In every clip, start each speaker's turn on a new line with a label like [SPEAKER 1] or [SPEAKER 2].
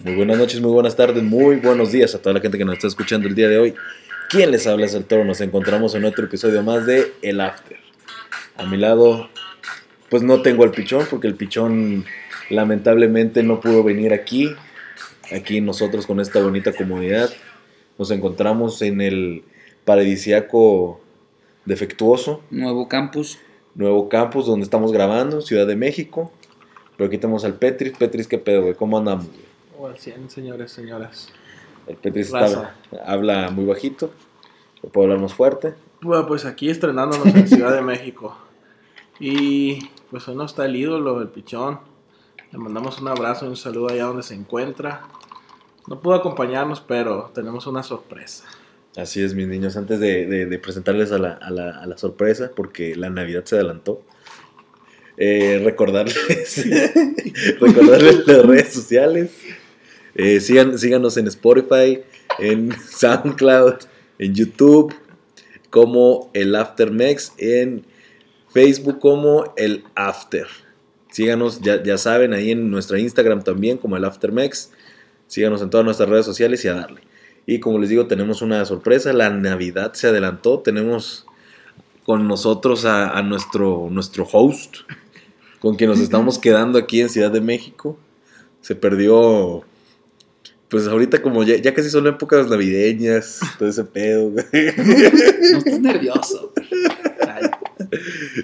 [SPEAKER 1] Muy buenas noches, muy buenas tardes, muy buenos días a toda la gente que nos está escuchando el día de hoy. ¿Quién les habla es el toro? Nos encontramos en otro episodio más de El After. A mi lado, pues no tengo al pichón, porque el pichón lamentablemente no pudo venir aquí. Aquí nosotros con esta bonita comunidad nos encontramos en el paradisiaco defectuoso,
[SPEAKER 2] Nuevo campus.
[SPEAKER 1] nuevo campus donde estamos grabando, Ciudad de México. Pero aquí tenemos al Petris. Petris, ¿qué pedo, güey? ¿Cómo andamos, güey?
[SPEAKER 3] O al 100, señores, señoras.
[SPEAKER 1] El Petris
[SPEAKER 3] Raza.
[SPEAKER 1] está- habla muy bajito, yo puedo hablar más fuerte.
[SPEAKER 3] Bueno, pues aquí estrenándonos en Ciudad de México. Y pues hoy no está el ídolo, el pichón. Le mandamos un abrazo y un saludo allá donde se encuentra. No pudo acompañarnos, pero tenemos una sorpresa.
[SPEAKER 1] Así es, mis niños, antes de, de- de presentarles a la, a la- a la sorpresa, porque la Navidad se adelantó, eh, recordarles, recordarles las redes sociales. Eh, sigan- síganos en Spotify, en SoundCloud, en YouTube, como el Aftermex, en Facebook como el After. Síganos, ya, ya saben, ahí en nuestra Instagram también como el Aftermex. Síganos en todas nuestras redes sociales y a darle. Y como les digo, tenemos una sorpresa. La Navidad se adelantó. Tenemos con nosotros a, a nuestro, nuestro host, con quien nos estamos quedando aquí en Ciudad de México. Se perdió. Pues ahorita, como ya, ya casi son épocas navideñas, todo ese pedo. güey.
[SPEAKER 2] No estás nervioso.
[SPEAKER 3] Ay,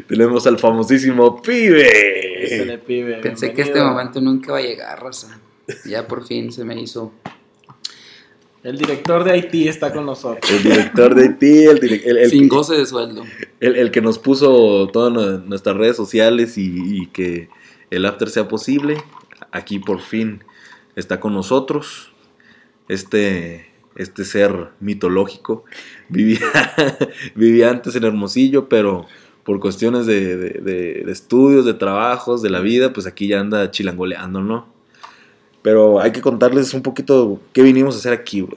[SPEAKER 1] Tenemos al famosísimo
[SPEAKER 3] se
[SPEAKER 1] pibe.
[SPEAKER 3] le pibe.
[SPEAKER 2] Pensé
[SPEAKER 3] bienvenido.
[SPEAKER 2] que este momento nunca iba a llegar, raza. Ya por fin se me hizo.
[SPEAKER 3] El director de Haití está con nosotros.
[SPEAKER 1] El director de Haití, el, direc- el, el-
[SPEAKER 2] sin goce de sueldo.
[SPEAKER 1] el- el que nos puso todas nu- nuestras redes sociales y, y que el after sea posible. Aquí por fin está con nosotros este, este ser mitológico. Vivía, vivía antes en Hermosillo, pero por cuestiones de, de- de- de estudios, de trabajos, de la vida, pues aquí ya anda chilangoleando, ¿no? Pero hay que contarles un poquito qué vinimos a hacer aquí, güey.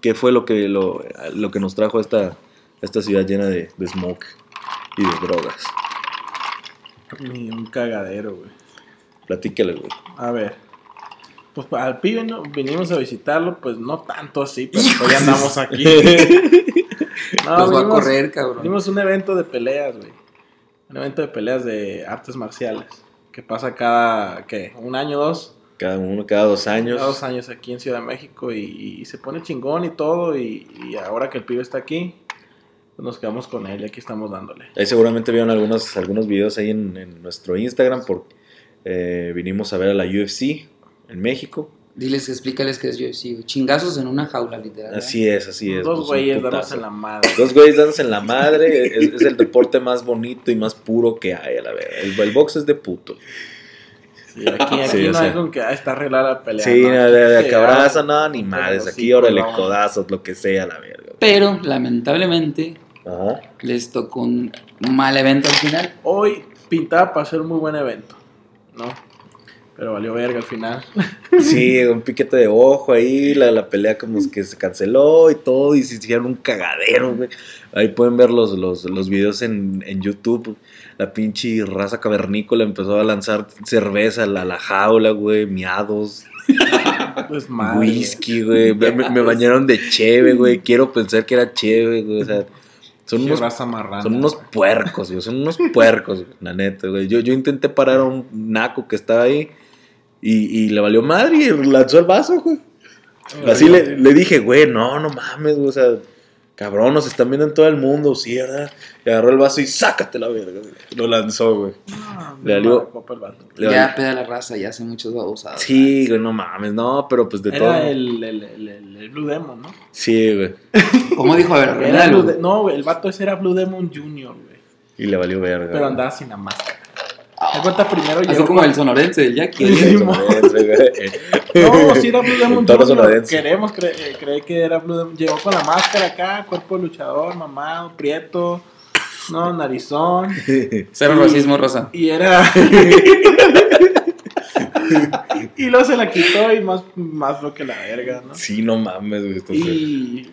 [SPEAKER 1] ¿Qué fue lo que, lo, lo que nos trajo a esta, a esta ciudad llena de, de smoke y de drogas?
[SPEAKER 3] Ni un cagadero, güey.
[SPEAKER 1] Platíquele, güey.
[SPEAKER 3] A ver. Pues pa- al pibe ¿no? vinimos a visitarlo, pues no tanto así, pero
[SPEAKER 2] Hijo
[SPEAKER 3] pues, ya
[SPEAKER 2] de
[SPEAKER 3] andamos
[SPEAKER 2] su-
[SPEAKER 3] aquí.
[SPEAKER 1] Ah,
[SPEAKER 3] No,
[SPEAKER 2] Los va a
[SPEAKER 3] vinimos-
[SPEAKER 2] correr, cabrón.
[SPEAKER 3] Tuvimos un evento de peleas, güey. Un evento de peleas de artes marciales. Que pasa cada, ¿qué? ¿Un año, dos?
[SPEAKER 1] Cada uno, cada dos años.
[SPEAKER 3] Cada dos años aquí en Ciudad de México. Y, y se pone chingón y todo. Y, y ahora que el pibe está aquí, pues nos quedamos con él y aquí estamos dándole.
[SPEAKER 1] Ahí seguramente vieron algunos, algunos videos ahí en, en nuestro Instagram porque eh, vinimos a ver a la UFC en México.
[SPEAKER 2] Diles que explícales que es yo. Sí, güey. chingazos en una jaula, literal. ¿eh?
[SPEAKER 1] Así es, así es. pues,
[SPEAKER 3] dos
[SPEAKER 1] un
[SPEAKER 3] güeyes dándose
[SPEAKER 1] putazo.
[SPEAKER 3] en la madre.
[SPEAKER 1] Dos güeyes dándose en la madre. es, es el deporte más bonito y más puro que hay, a la verdad. El, el box es de puto.
[SPEAKER 3] Sí, aquí aquí
[SPEAKER 1] Sí,
[SPEAKER 3] no
[SPEAKER 1] o sea.
[SPEAKER 3] hay con que ah, está arreglada la pelea.
[SPEAKER 1] Sí,
[SPEAKER 3] ¿no?
[SPEAKER 1] nada de, de
[SPEAKER 3] Sí, ah,
[SPEAKER 1] que abraza, no, ni
[SPEAKER 3] Pero
[SPEAKER 1] madres.
[SPEAKER 3] sí,
[SPEAKER 1] Aquí, órale,
[SPEAKER 3] pues, no.
[SPEAKER 1] codazos, lo que sea, la verga.
[SPEAKER 2] Pero, lamentablemente,
[SPEAKER 1] Ajá.
[SPEAKER 2] les tocó un mal evento al final.
[SPEAKER 3] Hoy pintaba para ser un muy buen evento, ¿no? Pero valió verga al final.
[SPEAKER 1] Sí, un piquete de ojo ahí, la, la pelea como que se canceló y todo, y se hicieron un cagadero, güey. Ahí pueden ver los, los, los videos en, en YouTube. La pinche raza cavernícola empezó a lanzar cerveza a la, la jaula, güey, miados,
[SPEAKER 3] Pues madre.
[SPEAKER 1] whisky, güey. Me, me- me bañaron de cheve, güey. Quiero pensar que era cheve, güey. O sea, son
[SPEAKER 3] Qué
[SPEAKER 1] unos
[SPEAKER 3] raza marrana,
[SPEAKER 1] Son unos
[SPEAKER 3] güey.
[SPEAKER 1] puercos, güey. Son unos puercos, güey, la neta, güey. Yo, yo intenté parar a un naco que estaba ahí y, y le valió madre y lanzó el vaso, güey. Así le, le dije, güey, no, no mames, güey. O sea, cabrón, nos están viendo en todo el mundo, sí, ¿verdad? Y agarró el vaso y sácate la verga. güey. Lo lanzó, güey.
[SPEAKER 3] No,
[SPEAKER 1] Le
[SPEAKER 3] no
[SPEAKER 1] valió-
[SPEAKER 3] me la copa el vato.
[SPEAKER 1] Le
[SPEAKER 2] ya
[SPEAKER 1] valió-
[SPEAKER 2] peda la raza, ya hace muchos babosados.
[SPEAKER 1] Sí, güey, no mames, no, pero pues de todo.
[SPEAKER 3] Era el, el, el, el- el Blue Demon, ¿no?
[SPEAKER 1] Sí, güey.
[SPEAKER 2] ¿Cómo dijo? A ver,
[SPEAKER 3] Era Blue
[SPEAKER 2] arruínalo.
[SPEAKER 3] De- no, güey, el vato ese era Blue Demon Junior, güey.
[SPEAKER 1] Y le valió verga.
[SPEAKER 3] Pero
[SPEAKER 1] güey.
[SPEAKER 3] andaba sin la máscara. Me
[SPEAKER 2] Ah,
[SPEAKER 3] cuenta primero
[SPEAKER 2] Así
[SPEAKER 3] llegó
[SPEAKER 2] como
[SPEAKER 3] con-
[SPEAKER 2] el sonorense del Jackie.
[SPEAKER 1] Sí,
[SPEAKER 2] ¿eh?
[SPEAKER 1] güey, güey.
[SPEAKER 3] No, sí era Blue Demon
[SPEAKER 1] Toro
[SPEAKER 3] Junior.
[SPEAKER 1] sonorense.
[SPEAKER 3] Queremos cre- eh, creer que era Blue Demon. Llegó con la máscara acá, cuerpo de luchador, mamado, prieto, no, narizón.
[SPEAKER 2] Cero racismo, Rosa.
[SPEAKER 3] Y era. y luego se la quitó y más, más lo que la verga, ¿no?
[SPEAKER 1] Sí, no mames, güey. entonces-
[SPEAKER 3] Y.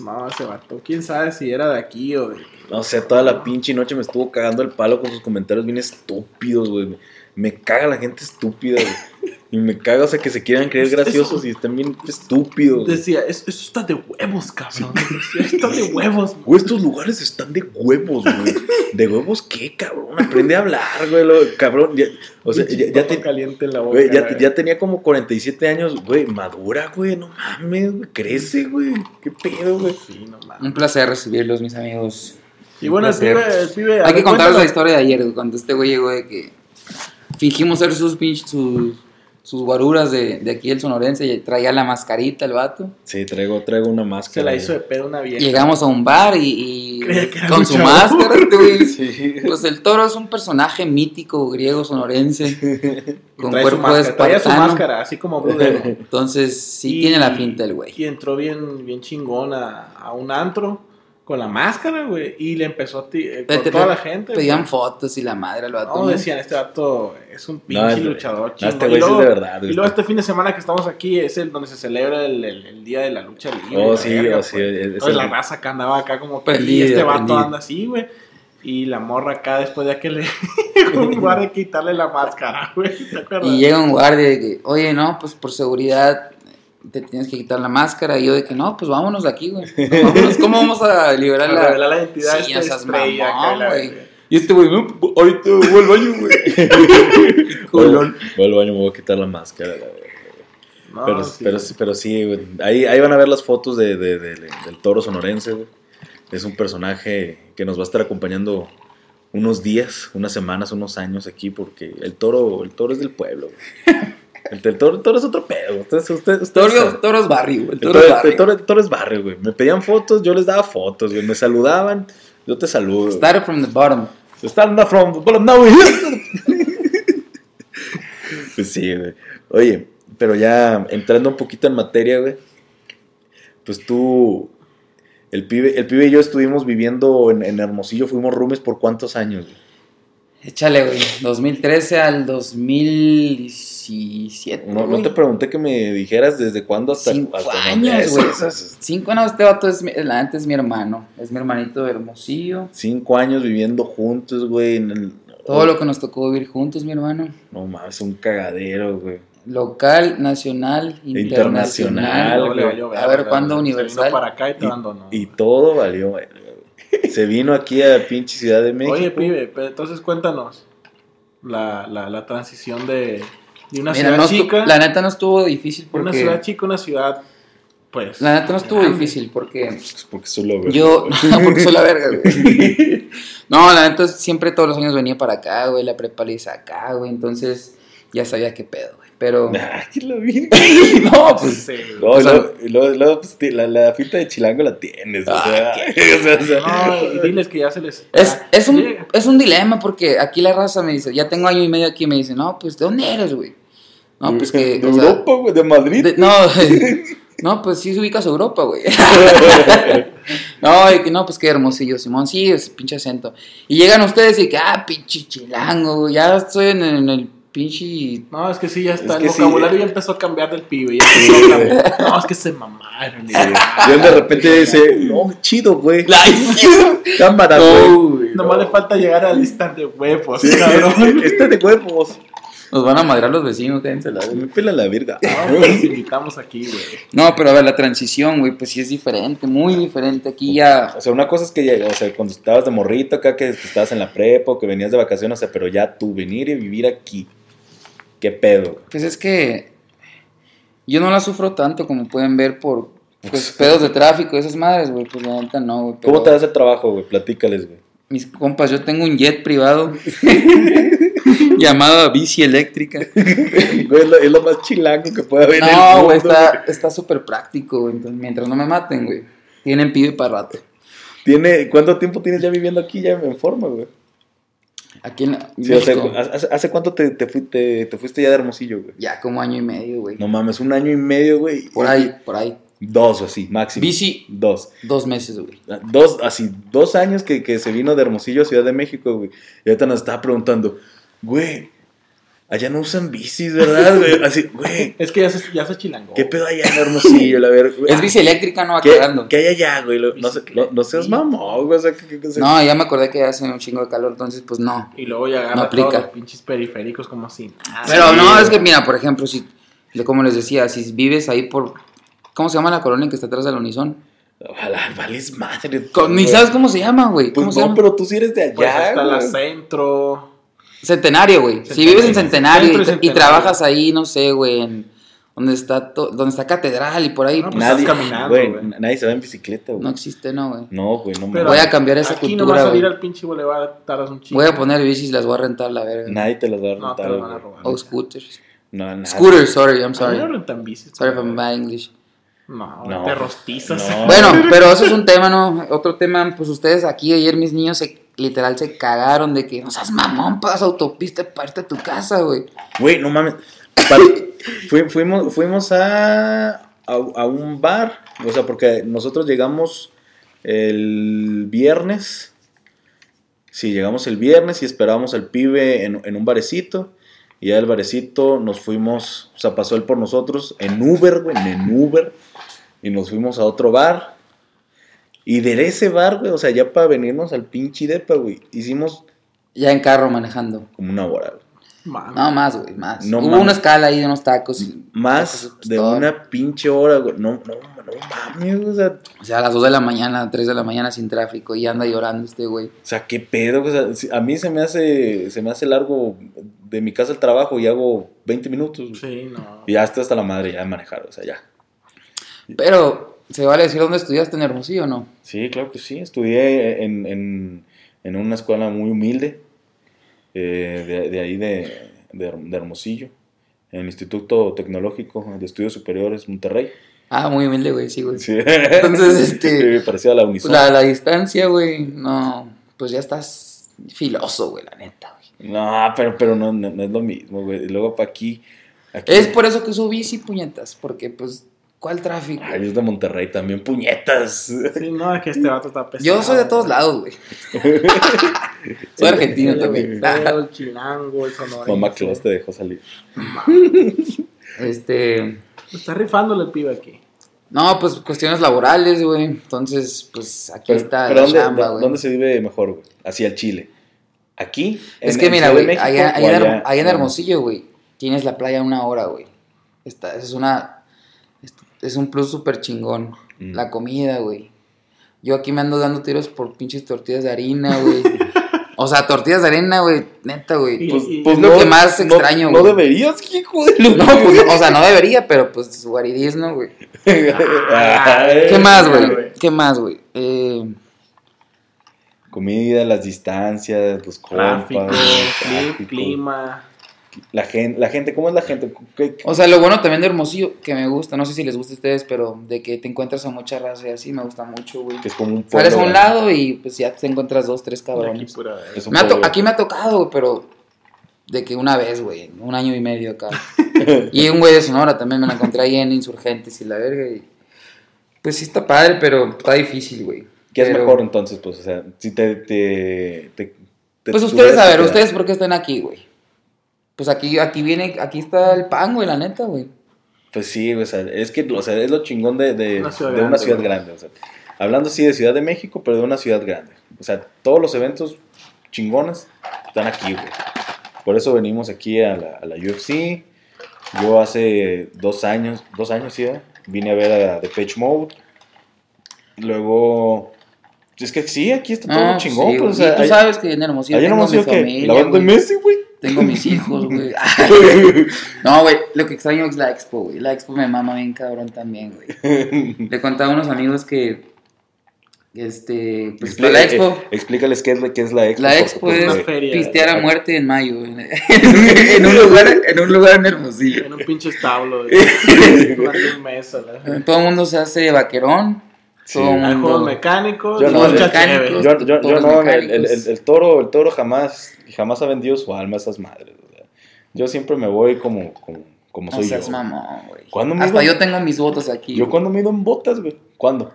[SPEAKER 3] No, se mató. Quién sabe si era de aquí o de.
[SPEAKER 1] No sé, toda la pinche noche me estuvo cagando el palo con sus comentarios bien estúpidos, güey. Me caga la gente estúpida, güey. Y me caga, o sea, que se quieran creer
[SPEAKER 3] Eso-
[SPEAKER 1] graciosos y están bien estúpidos. güey.
[SPEAKER 3] Decía, "Es- eso está de huevos, cabrón. Decía, está de huevos.
[SPEAKER 1] Güey, estos lugares están de huevos, güey. ¿De huevos qué, cabrón? Aprende a hablar, güey. lo- cabrón, ya- o sea, ya, ya
[SPEAKER 3] Pinche
[SPEAKER 1] te-
[SPEAKER 3] papa caliente en la boca.
[SPEAKER 1] güey, ya te-
[SPEAKER 3] güey.
[SPEAKER 1] ya tenía como 47 años, güey. Madura, güey. No mames, güey. Crece, güey. ¿Qué pedo, güey?
[SPEAKER 3] Sí, no mames.
[SPEAKER 2] Un placer recibirlos, mis amigos.
[SPEAKER 3] Y bueno, el
[SPEAKER 2] placer.
[SPEAKER 3] pibe, el pibe. a
[SPEAKER 2] Hay que
[SPEAKER 3] ver,
[SPEAKER 2] contaros la
[SPEAKER 3] cuéntanos.
[SPEAKER 2] historia de ayer, güey, cuando este güey llegó de que fingimos ser sus pinches, sus, sus guaruras de, de aquí el sonorense y traía la mascarita el vato.
[SPEAKER 1] Sí, traigo, traigo una máscara.
[SPEAKER 3] Se la
[SPEAKER 1] güey.
[SPEAKER 3] hizo de pedo una vieja.
[SPEAKER 2] Llegamos a un bar y, y
[SPEAKER 3] Creía que era
[SPEAKER 2] con
[SPEAKER 3] un
[SPEAKER 2] su
[SPEAKER 3] chavo.
[SPEAKER 2] máscara, este güey.
[SPEAKER 1] Sí.
[SPEAKER 2] Pues el toro es un personaje mítico griego sonorense
[SPEAKER 3] Y
[SPEAKER 2] con
[SPEAKER 3] trae su
[SPEAKER 2] cuerpo de
[SPEAKER 3] máscara, traía su
[SPEAKER 2] espartano.
[SPEAKER 3] máscara, así como Blue Demon.
[SPEAKER 2] Entonces sí
[SPEAKER 3] Y-
[SPEAKER 2] tiene la pinta el güey.
[SPEAKER 3] Y entró bien, bien chingón a, a un antro con la máscara, güey. Y le empezó a ti, eh,
[SPEAKER 2] Pe-
[SPEAKER 3] con
[SPEAKER 2] te-
[SPEAKER 3] toda
[SPEAKER 2] pe-
[SPEAKER 3] la gente.
[SPEAKER 2] Pedían
[SPEAKER 3] güey.
[SPEAKER 2] fotos y la madre al vato.
[SPEAKER 3] No,
[SPEAKER 2] ¿no?
[SPEAKER 3] decían, este vato es un pinche
[SPEAKER 1] No, es-
[SPEAKER 3] luchador
[SPEAKER 1] No,
[SPEAKER 3] chingón.
[SPEAKER 1] este
[SPEAKER 3] Y
[SPEAKER 1] güey sí es
[SPEAKER 3] luego-
[SPEAKER 1] de verdad,
[SPEAKER 3] Y
[SPEAKER 1] güey.
[SPEAKER 3] luego este fin de semana que estamos aquí es el donde se celebra el, el- el día de la lucha libre.
[SPEAKER 1] Oh,
[SPEAKER 3] la
[SPEAKER 1] sí,
[SPEAKER 3] verga,
[SPEAKER 1] oh, sí.
[SPEAKER 3] pues.
[SPEAKER 1] es- es
[SPEAKER 3] Entonces
[SPEAKER 1] el-
[SPEAKER 3] la raza que andaba acá como
[SPEAKER 2] Prendida,
[SPEAKER 3] perdida, este vato
[SPEAKER 2] prendida.
[SPEAKER 3] anda así, güey. Y la morra acá después de que le un bar de quitarle la máscara, güey. ¿Te acuerdas?
[SPEAKER 2] Y llega un guardia de que, oye, no, pues por seguridad te tienes que quitar la máscara. Y yo de que, no, pues vámonos de aquí, güey. No, vámonos, ¿Cómo vamos a liberar
[SPEAKER 3] Para revelar
[SPEAKER 2] la...?
[SPEAKER 3] la identidad
[SPEAKER 2] Sí,
[SPEAKER 3] de esta
[SPEAKER 2] no seas
[SPEAKER 3] estrella
[SPEAKER 2] mamón,
[SPEAKER 3] acá, la
[SPEAKER 2] güey.
[SPEAKER 3] verga.
[SPEAKER 2] Y este güey, no, ahorita voy al baño, güey.
[SPEAKER 1] Voy voy al baño, me voy a quitar la máscara, la verdad.
[SPEAKER 3] No,
[SPEAKER 1] Pero,
[SPEAKER 3] sí.
[SPEAKER 1] pero, sí- pero sí, güey. Ahí, ahí van a ver las fotos de, de- de- de- del toro sonorense, güey. Es un personaje que nos va a estar acompañando unos días, unas semanas, unos años aquí, porque el toro, el toro es del pueblo, güey. El, el toro, el toro es otro pedo. Ustedes, ustedes, ustedes
[SPEAKER 2] Toros,
[SPEAKER 1] saben.
[SPEAKER 2] toros barrio, güey.
[SPEAKER 1] El
[SPEAKER 2] Toros
[SPEAKER 1] toro, el
[SPEAKER 2] barrio.
[SPEAKER 1] toro- el toro es barrio, güey. Me pedían fotos, yo les daba fotos, güey. Me saludaban, yo te saludo. güey.
[SPEAKER 2] Start from the bottom.
[SPEAKER 1] Stand up from the bottom now. pues sí, güey. Oye, pero ya entrando un poquito en materia, güey. Pues tú, el pibe, el pibe y yo estuvimos viviendo en, en Hermosillo, fuimos roomies por cuántos años, güey?
[SPEAKER 2] Échale, güey. 2013 al 2017,
[SPEAKER 1] No, no
[SPEAKER 2] güey.
[SPEAKER 1] te pregunté que me dijeras desde cuándo hasta...
[SPEAKER 2] Cinco
[SPEAKER 1] hasta dónde.
[SPEAKER 2] años,
[SPEAKER 1] Eso,
[SPEAKER 2] güey.
[SPEAKER 1] eso, eso.
[SPEAKER 2] Cinco, no, este vato es, mi- la neta es mi hermano. Es mi hermanito de Hermosillo.
[SPEAKER 1] Cinco años viviendo juntos, güey. en el-
[SPEAKER 2] Todo lo que nos tocó vivir juntos, mi hermano.
[SPEAKER 1] No mames, un cagadero, güey.
[SPEAKER 2] Local, nacional,
[SPEAKER 3] E
[SPEAKER 2] internacional.
[SPEAKER 1] Internacional.
[SPEAKER 3] Luego le valió
[SPEAKER 2] A
[SPEAKER 3] verga,
[SPEAKER 2] ver,
[SPEAKER 3] güey.
[SPEAKER 2] ¿cuándo
[SPEAKER 3] Se
[SPEAKER 2] Universal?
[SPEAKER 3] vino para acá y te
[SPEAKER 1] Y-
[SPEAKER 3] abandonó.
[SPEAKER 1] Y todo valió, güey. Se vino aquí a pinche Ciudad de México.
[SPEAKER 3] Oye, pibe, pero entonces cuéntanos la, la, la transición de, de una
[SPEAKER 2] Mira,
[SPEAKER 3] ciudad
[SPEAKER 2] no estu-
[SPEAKER 3] chica,
[SPEAKER 2] la neta no estuvo difícil
[SPEAKER 3] una
[SPEAKER 2] porque.
[SPEAKER 3] ciudad chica, una ciudad, pues...
[SPEAKER 2] La neta no estuvo
[SPEAKER 3] grande.
[SPEAKER 2] difícil porque
[SPEAKER 1] Pues porque solo güey.
[SPEAKER 2] yo. porque soy la verga, güey. No, la neta siempre todos los años venía para acá, güey. La prepa le hice acá, güey. Entonces ya sabía qué pedo, güey. Pero.
[SPEAKER 1] Ay, lo vi.
[SPEAKER 2] no, pues.
[SPEAKER 3] Sí.
[SPEAKER 1] No,
[SPEAKER 2] O sea-
[SPEAKER 1] luego, luego- luego, pues, ti- la, la finta de chilango la tienes. o sea,
[SPEAKER 2] Ah,
[SPEAKER 1] o sea, o sea,
[SPEAKER 3] No, y diles que ya se les...
[SPEAKER 2] Es,
[SPEAKER 3] ya
[SPEAKER 2] es, un,
[SPEAKER 3] Ah, llega.
[SPEAKER 2] es un dilema porque aquí la raza me dice, ya tengo año y medio aquí, me dice, no, pues, ¿de dónde eres, güey? No, pues que...
[SPEAKER 1] De
[SPEAKER 2] o sea,
[SPEAKER 1] Europa, güey, de Madrid.
[SPEAKER 2] de- no, no, pues sí se ubicas a Europa, güey. No, y que no, pues qué hermosillo, Simón, sí, es pinche acento. Y llegan ustedes y que, ah, pinche chilango, güey, ya estoy en, en el pinche...
[SPEAKER 3] No, es que sí, ya está.
[SPEAKER 1] Es que
[SPEAKER 3] el
[SPEAKER 1] sí. eh.
[SPEAKER 3] vocabulario ya empezó a cambiar del pibe. ya empezó a cambiar. no, es que se mamaron. y-
[SPEAKER 1] Y de repente dice, no, chido, güey. Cámara, güey.
[SPEAKER 2] No, güey,
[SPEAKER 3] Nomás
[SPEAKER 2] no.
[SPEAKER 3] le falta llegar a la lista de huevos,
[SPEAKER 1] Sí,
[SPEAKER 3] cabrón.
[SPEAKER 1] Está de huevos.
[SPEAKER 2] Nos van a madrar los vecinos, quédense la
[SPEAKER 1] Me pela la verga. Ah,
[SPEAKER 2] Ah,
[SPEAKER 3] No, pues, los invitamos aquí, güey.
[SPEAKER 2] No, pero a ver, la transición, güey, pues sí es diferente, muy diferente. Aquí ya...
[SPEAKER 1] O sea, una cosa es que ya- o sea, cuando estabas de morrito acá, que estabas en la prepa, o que venías de vacaciones, o sea, pero ya tú venir y vivir aquí. Qué pedo.
[SPEAKER 2] Pues es que yo no la sufro tanto como pueden ver por pues, pedos de tráfico, esas madres, güey, pues la neta no, güey. pero
[SPEAKER 1] ¿Cómo te das el trabajo, güey? Platícales, güey.
[SPEAKER 2] Mis compas, yo tengo un jet privado llamado bici eléctrica.
[SPEAKER 1] Güey, es lo, es lo más chilango que puede haber. en el
[SPEAKER 2] No,
[SPEAKER 1] mundo,
[SPEAKER 2] güey, está está súper práctico, güey. Entonces, mientras no me maten, güey, tienen pibe para rato.
[SPEAKER 1] Tiene, ¿Cuánto tiempo tienes ya viviendo aquí? Ya en forma, güey.
[SPEAKER 2] Aquí en
[SPEAKER 1] Sí, o sea, ah.
[SPEAKER 2] México,
[SPEAKER 1] ¿hace, hace cuánto te, te fui- te- te fuiste ya de Hermosillo, güey?
[SPEAKER 2] ya como año y medio, güey.
[SPEAKER 1] No mames, un año y medio, güey.
[SPEAKER 2] por ahí, por ahí.
[SPEAKER 1] Dos o así, máximo.
[SPEAKER 2] Bici,
[SPEAKER 1] Dos.
[SPEAKER 2] dos meses, güey.
[SPEAKER 1] Dos, así, dos años que, que se vino de Hermosillo a Ciudad de México, güey. Y ahorita nos estaba preguntando, güey, Allá no usan bicis, ¿verdad, güey? Así, güey.
[SPEAKER 3] Es que ya se, ya se chilangó.
[SPEAKER 1] ¿Qué pedo allá en Hermosillo? La ver,
[SPEAKER 2] Es bici eléctrica, no va
[SPEAKER 1] Ah. ¿Qué,
[SPEAKER 2] quedando.
[SPEAKER 1] ¿Qué hay allá, güey? Lo- No, se- no, no seas mamón, güey. O sea, que, que- que se-
[SPEAKER 2] No, ya me acordé que hace un chingo de calor, entonces pues no.
[SPEAKER 3] Y luego ya agarra
[SPEAKER 2] No aplica.
[SPEAKER 3] todos los pinches periféricos como si.
[SPEAKER 1] Ah,
[SPEAKER 3] nada.
[SPEAKER 2] Pero no, es que mira, por ejemplo, si, le- como les decía, si vives ahí por... ¿Cómo se llama la colonia que está atrás del Unison?
[SPEAKER 1] Ojalá, vales madre.
[SPEAKER 2] Co- Ni
[SPEAKER 1] güey.
[SPEAKER 2] sabes cómo se llama, güey. ¿Cómo
[SPEAKER 1] Eh, Pues
[SPEAKER 2] se
[SPEAKER 1] no,
[SPEAKER 2] llama?
[SPEAKER 1] pero tú sí eres de allá.
[SPEAKER 3] Pues hasta la
[SPEAKER 1] güey.
[SPEAKER 3] centro.
[SPEAKER 2] Centenario, güey. Si
[SPEAKER 3] Centenario.
[SPEAKER 2] vives en Centenario y,
[SPEAKER 3] Centro y
[SPEAKER 2] tra- y
[SPEAKER 3] Centenario.
[SPEAKER 2] trabajas ahí, no sé, güey, en donde está to- donde está Catedral y por ahí,
[SPEAKER 3] No,
[SPEAKER 2] pues,
[SPEAKER 3] pues,
[SPEAKER 1] Nadie,
[SPEAKER 3] estás caminando,
[SPEAKER 1] güey,
[SPEAKER 3] güey.
[SPEAKER 1] nadie se va en bicicleta,
[SPEAKER 2] no
[SPEAKER 1] güey.
[SPEAKER 2] existe, no, güey.
[SPEAKER 1] No, güey, no, mames.
[SPEAKER 3] Pero
[SPEAKER 2] Voy a cambiar esa
[SPEAKER 3] Aquí no
[SPEAKER 2] cultura,
[SPEAKER 3] vas a ir
[SPEAKER 2] güey.
[SPEAKER 3] al pinche boulevard, tardas un chingo.
[SPEAKER 2] Voy a poner bicis y las voy a rentar, la verga.
[SPEAKER 1] Nadie te las va a
[SPEAKER 3] No, te
[SPEAKER 1] rentar,
[SPEAKER 3] lo van a
[SPEAKER 1] güey.
[SPEAKER 3] robar.
[SPEAKER 2] O scooters.
[SPEAKER 1] No, nada.
[SPEAKER 2] Scooters, Oh, sorry, I'm
[SPEAKER 3] A mí Ah, No
[SPEAKER 2] sorry.
[SPEAKER 3] rentan bicis.
[SPEAKER 2] Sorry for my bad English.
[SPEAKER 3] No,
[SPEAKER 1] No.
[SPEAKER 3] te rostizas.
[SPEAKER 1] No.
[SPEAKER 2] Bueno, pero eso es un tema, ¿no? Otro tema, pues ustedes aquí ayer mis niños se literal se cagaron de que no seas mamón, pagas autopista para irte a tu casa, güey.
[SPEAKER 1] Güey, no mames. Para- fui- fuimos fuimos a, a, a un bar. O sea, porque nosotros llegamos el viernes. Sí, llegamos el viernes y esperábamos al pibe en, en un barecito. Y ya del barecito nos fuimos. O sea, pasó él por nosotros en Uber, güey, en Uber. Y nos fuimos a otro bar. Y de ese bar, güey, o sea, ya para venirnos al pinche depa, güey, hicimos
[SPEAKER 2] Ya en carro manejando.
[SPEAKER 1] como una hora, güey.
[SPEAKER 3] Mami.
[SPEAKER 2] No, más, güey, más.
[SPEAKER 1] No
[SPEAKER 2] Hubo
[SPEAKER 1] mames.
[SPEAKER 2] una escala ahí de unos tacos. y-
[SPEAKER 1] Más
[SPEAKER 2] Pues,
[SPEAKER 1] de
[SPEAKER 2] todo.
[SPEAKER 1] una pinche hora, güey. No, no, no mames, o sea,
[SPEAKER 2] O sea, a las 2 de la mañana, 3 de la mañana sin tráfico y anda llorando este güey.
[SPEAKER 1] o sea, qué pedo. O sea, si- a mí se me hace, se me hace largo de mi casa al trabajo y hago 20 minutos. güey.
[SPEAKER 3] Sí, no.
[SPEAKER 1] Y ya estoy hasta la madre ya de manejar, o sea, ya.
[SPEAKER 2] Pero, ¿se vale decir dónde estudiaste en Hermosillo o no?
[SPEAKER 1] Sí, claro que sí. Estudié en, en, en una escuela muy humilde, eh, de, de ahí de, de, Herm- de Hermosillo, en el Instituto Tecnológico de Estudios Superiores Monterrey.
[SPEAKER 2] Ah, muy humilde, güey, sí, güey.
[SPEAKER 1] Sí.
[SPEAKER 2] Entonces, este,
[SPEAKER 1] Sí, parecía la Unison.
[SPEAKER 2] La, la distancia, güey, no, pues ya estás filoso, güey, la neta, güey.
[SPEAKER 1] No, pero, pero no, no, no es lo mismo, güey. Y luego para aquí, aquí.
[SPEAKER 2] Es por eso que uso bici, puñetas, porque, pues, ¿cuál tráfico?
[SPEAKER 1] Ay, es de Monterrey también, puñetas.
[SPEAKER 3] Sí, no, es que este vato está pesado.
[SPEAKER 2] Yo soy de todos lados, güey. soy argentino
[SPEAKER 3] El
[SPEAKER 2] también.
[SPEAKER 3] europeo, El chilango, el sonorense.
[SPEAKER 1] Mamá Claus te dejó salir.
[SPEAKER 2] Este,
[SPEAKER 3] Está rifándole el pibe aquí.
[SPEAKER 2] no, pues, cuestiones laborales, güey, entonces, pues, aquí
[SPEAKER 1] Pero,
[SPEAKER 2] está
[SPEAKER 1] pero
[SPEAKER 2] la
[SPEAKER 1] ¿dónde,
[SPEAKER 2] chamba,
[SPEAKER 1] dó-
[SPEAKER 2] güey.
[SPEAKER 1] dónde se vive mejor, güey? Hacia el Chile. ¿Aquí?
[SPEAKER 2] Es
[SPEAKER 1] ¿En-
[SPEAKER 2] que
[SPEAKER 1] en
[SPEAKER 2] mira,
[SPEAKER 1] Ciudad de
[SPEAKER 2] güey,
[SPEAKER 1] México
[SPEAKER 2] allá,
[SPEAKER 1] o
[SPEAKER 2] allá en Herm-
[SPEAKER 1] allá Mm,
[SPEAKER 2] allá en
[SPEAKER 1] en-
[SPEAKER 2] Hermosillo, güey, tienes la playa a una hora, güey. Esta- esa es una... es- Es un plus súper chingón.
[SPEAKER 1] Mm.
[SPEAKER 2] La comida, güey. Yo aquí me ando dando tiros por pinches tortillas de harina, güey. o sea, tortillas de harina, güey. Neta, güey.
[SPEAKER 3] Y-
[SPEAKER 1] Pues-
[SPEAKER 3] y-
[SPEAKER 1] pues
[SPEAKER 2] es lo que más extraño,
[SPEAKER 1] No,
[SPEAKER 2] güey.
[SPEAKER 1] deberías, hijo de
[SPEAKER 2] No,
[SPEAKER 1] la-
[SPEAKER 2] pues, no, o sea, no debería, pero pues guaridís, ¿no, güey?
[SPEAKER 1] Ay,
[SPEAKER 2] ¿Qué más,
[SPEAKER 3] güey.
[SPEAKER 2] güey? ¿Qué más, güey? Eh,
[SPEAKER 1] Comida, las distancias, los compas,
[SPEAKER 3] Tráfico,
[SPEAKER 1] el
[SPEAKER 3] cli-
[SPEAKER 1] tráfico.
[SPEAKER 3] clima.
[SPEAKER 1] La gente, la gente, ¿cómo es la gente? ¿Qué- qué-
[SPEAKER 2] o sea, lo bueno también de Hermosillo, que me gusta, no sé si les gusta a ustedes, pero de que te encuentras a mucha raza y así, me gusta mucho, güey.
[SPEAKER 1] que es como un
[SPEAKER 2] Sales a
[SPEAKER 1] pueblo
[SPEAKER 2] un
[SPEAKER 1] grande.
[SPEAKER 2] lado y pues ya te encuentras dos, tres
[SPEAKER 3] Aquí
[SPEAKER 2] cabrones.
[SPEAKER 3] pura-
[SPEAKER 1] Es un
[SPEAKER 2] Me ha to-
[SPEAKER 1] pueblo.
[SPEAKER 2] aquí me ha tocado, güey, pero de que una vez, güey, un año y medio acá. y un güey de Sonora también me lo encontré ahí en Insurgentes y la verga. Y... Pues sí está padre, pero está difícil, güey.
[SPEAKER 1] ¿Qué es
[SPEAKER 2] Pero-
[SPEAKER 1] mejor entonces? Pues, o sea, si te. te, te- te
[SPEAKER 2] Pues ustedes,
[SPEAKER 1] tuvieras
[SPEAKER 2] a
[SPEAKER 1] que
[SPEAKER 2] ver,
[SPEAKER 1] quedar.
[SPEAKER 2] ustedes por qué están aquí, güey. Pues aquí, aquí viene, aquí está el pan, güey, la neta, güey.
[SPEAKER 1] Pues sí, o sea, es que o sea, es lo chingón de, de- de
[SPEAKER 3] Una
[SPEAKER 1] una
[SPEAKER 3] ciudad
[SPEAKER 1] ciudad,
[SPEAKER 3] grande, güey.
[SPEAKER 1] grande. o sea, hablando sí de Ciudad de México, pero de una ciudad grande. O sea, todos los eventos chingones están aquí, güey. Por eso venimos aquí a la, a la UFC. Yo hace dos años, dos años sí, ¿verdad? vine a ver a Depeche Mode. Luego, es que sí, aquí está todo
[SPEAKER 2] No,
[SPEAKER 1] chingón.
[SPEAKER 2] Ah, sí,
[SPEAKER 1] pues, o
[SPEAKER 2] güey.
[SPEAKER 1] sea,
[SPEAKER 2] y tú
[SPEAKER 1] hay-
[SPEAKER 2] sabes que en Hermosillo
[SPEAKER 1] Ayer
[SPEAKER 2] tengo
[SPEAKER 1] no
[SPEAKER 2] mi
[SPEAKER 1] hemos sido que
[SPEAKER 2] familia,
[SPEAKER 1] la banda de
[SPEAKER 2] güey.
[SPEAKER 1] Messi, güey.
[SPEAKER 2] Tengo mis hijos, güey. No, güey, lo que extraño es la expo, güey. La expo me mama bien cabrón también, güey. Le contaba a unos amigos que. Este. Pues está la
[SPEAKER 1] Explica-
[SPEAKER 2] expo.
[SPEAKER 1] eh, explícales qué es, la- qué es la expo.
[SPEAKER 2] La
[SPEAKER 1] por
[SPEAKER 2] expo
[SPEAKER 1] supuesto,
[SPEAKER 2] es
[SPEAKER 1] güey.
[SPEAKER 3] feria.
[SPEAKER 2] pistear a muerte en mayo, güey. en un lugar, en un lugar en Hermosillo.
[SPEAKER 3] En un pinche establo. güey. Una pinche mesa. la-
[SPEAKER 2] Todo el mundo se hace vaquerón.
[SPEAKER 1] Sí.
[SPEAKER 2] Todo el
[SPEAKER 3] Hay
[SPEAKER 2] mundo.
[SPEAKER 3] juegos mecánicos.
[SPEAKER 1] Yo
[SPEAKER 3] y
[SPEAKER 1] no,
[SPEAKER 3] mucha
[SPEAKER 2] mecánicos.
[SPEAKER 3] cheve.
[SPEAKER 1] Yo, yo, yo
[SPEAKER 2] Toros
[SPEAKER 1] no, el, el-
[SPEAKER 2] mecánicos.
[SPEAKER 1] el- el toro, el toro jamás, jamás ha vendido su alma a esas madres. o sea. Yo siempre me voy como, como, como
[SPEAKER 2] O
[SPEAKER 1] soy
[SPEAKER 2] sea,
[SPEAKER 1] yo.
[SPEAKER 2] es mamón, güey.
[SPEAKER 1] ¿Cuándo me
[SPEAKER 2] Hasta
[SPEAKER 1] iba?
[SPEAKER 2] yo tengo mis botas aquí.
[SPEAKER 1] Yo
[SPEAKER 2] güey.
[SPEAKER 1] cuando me he ido en botas, güey. ¿Cuándo?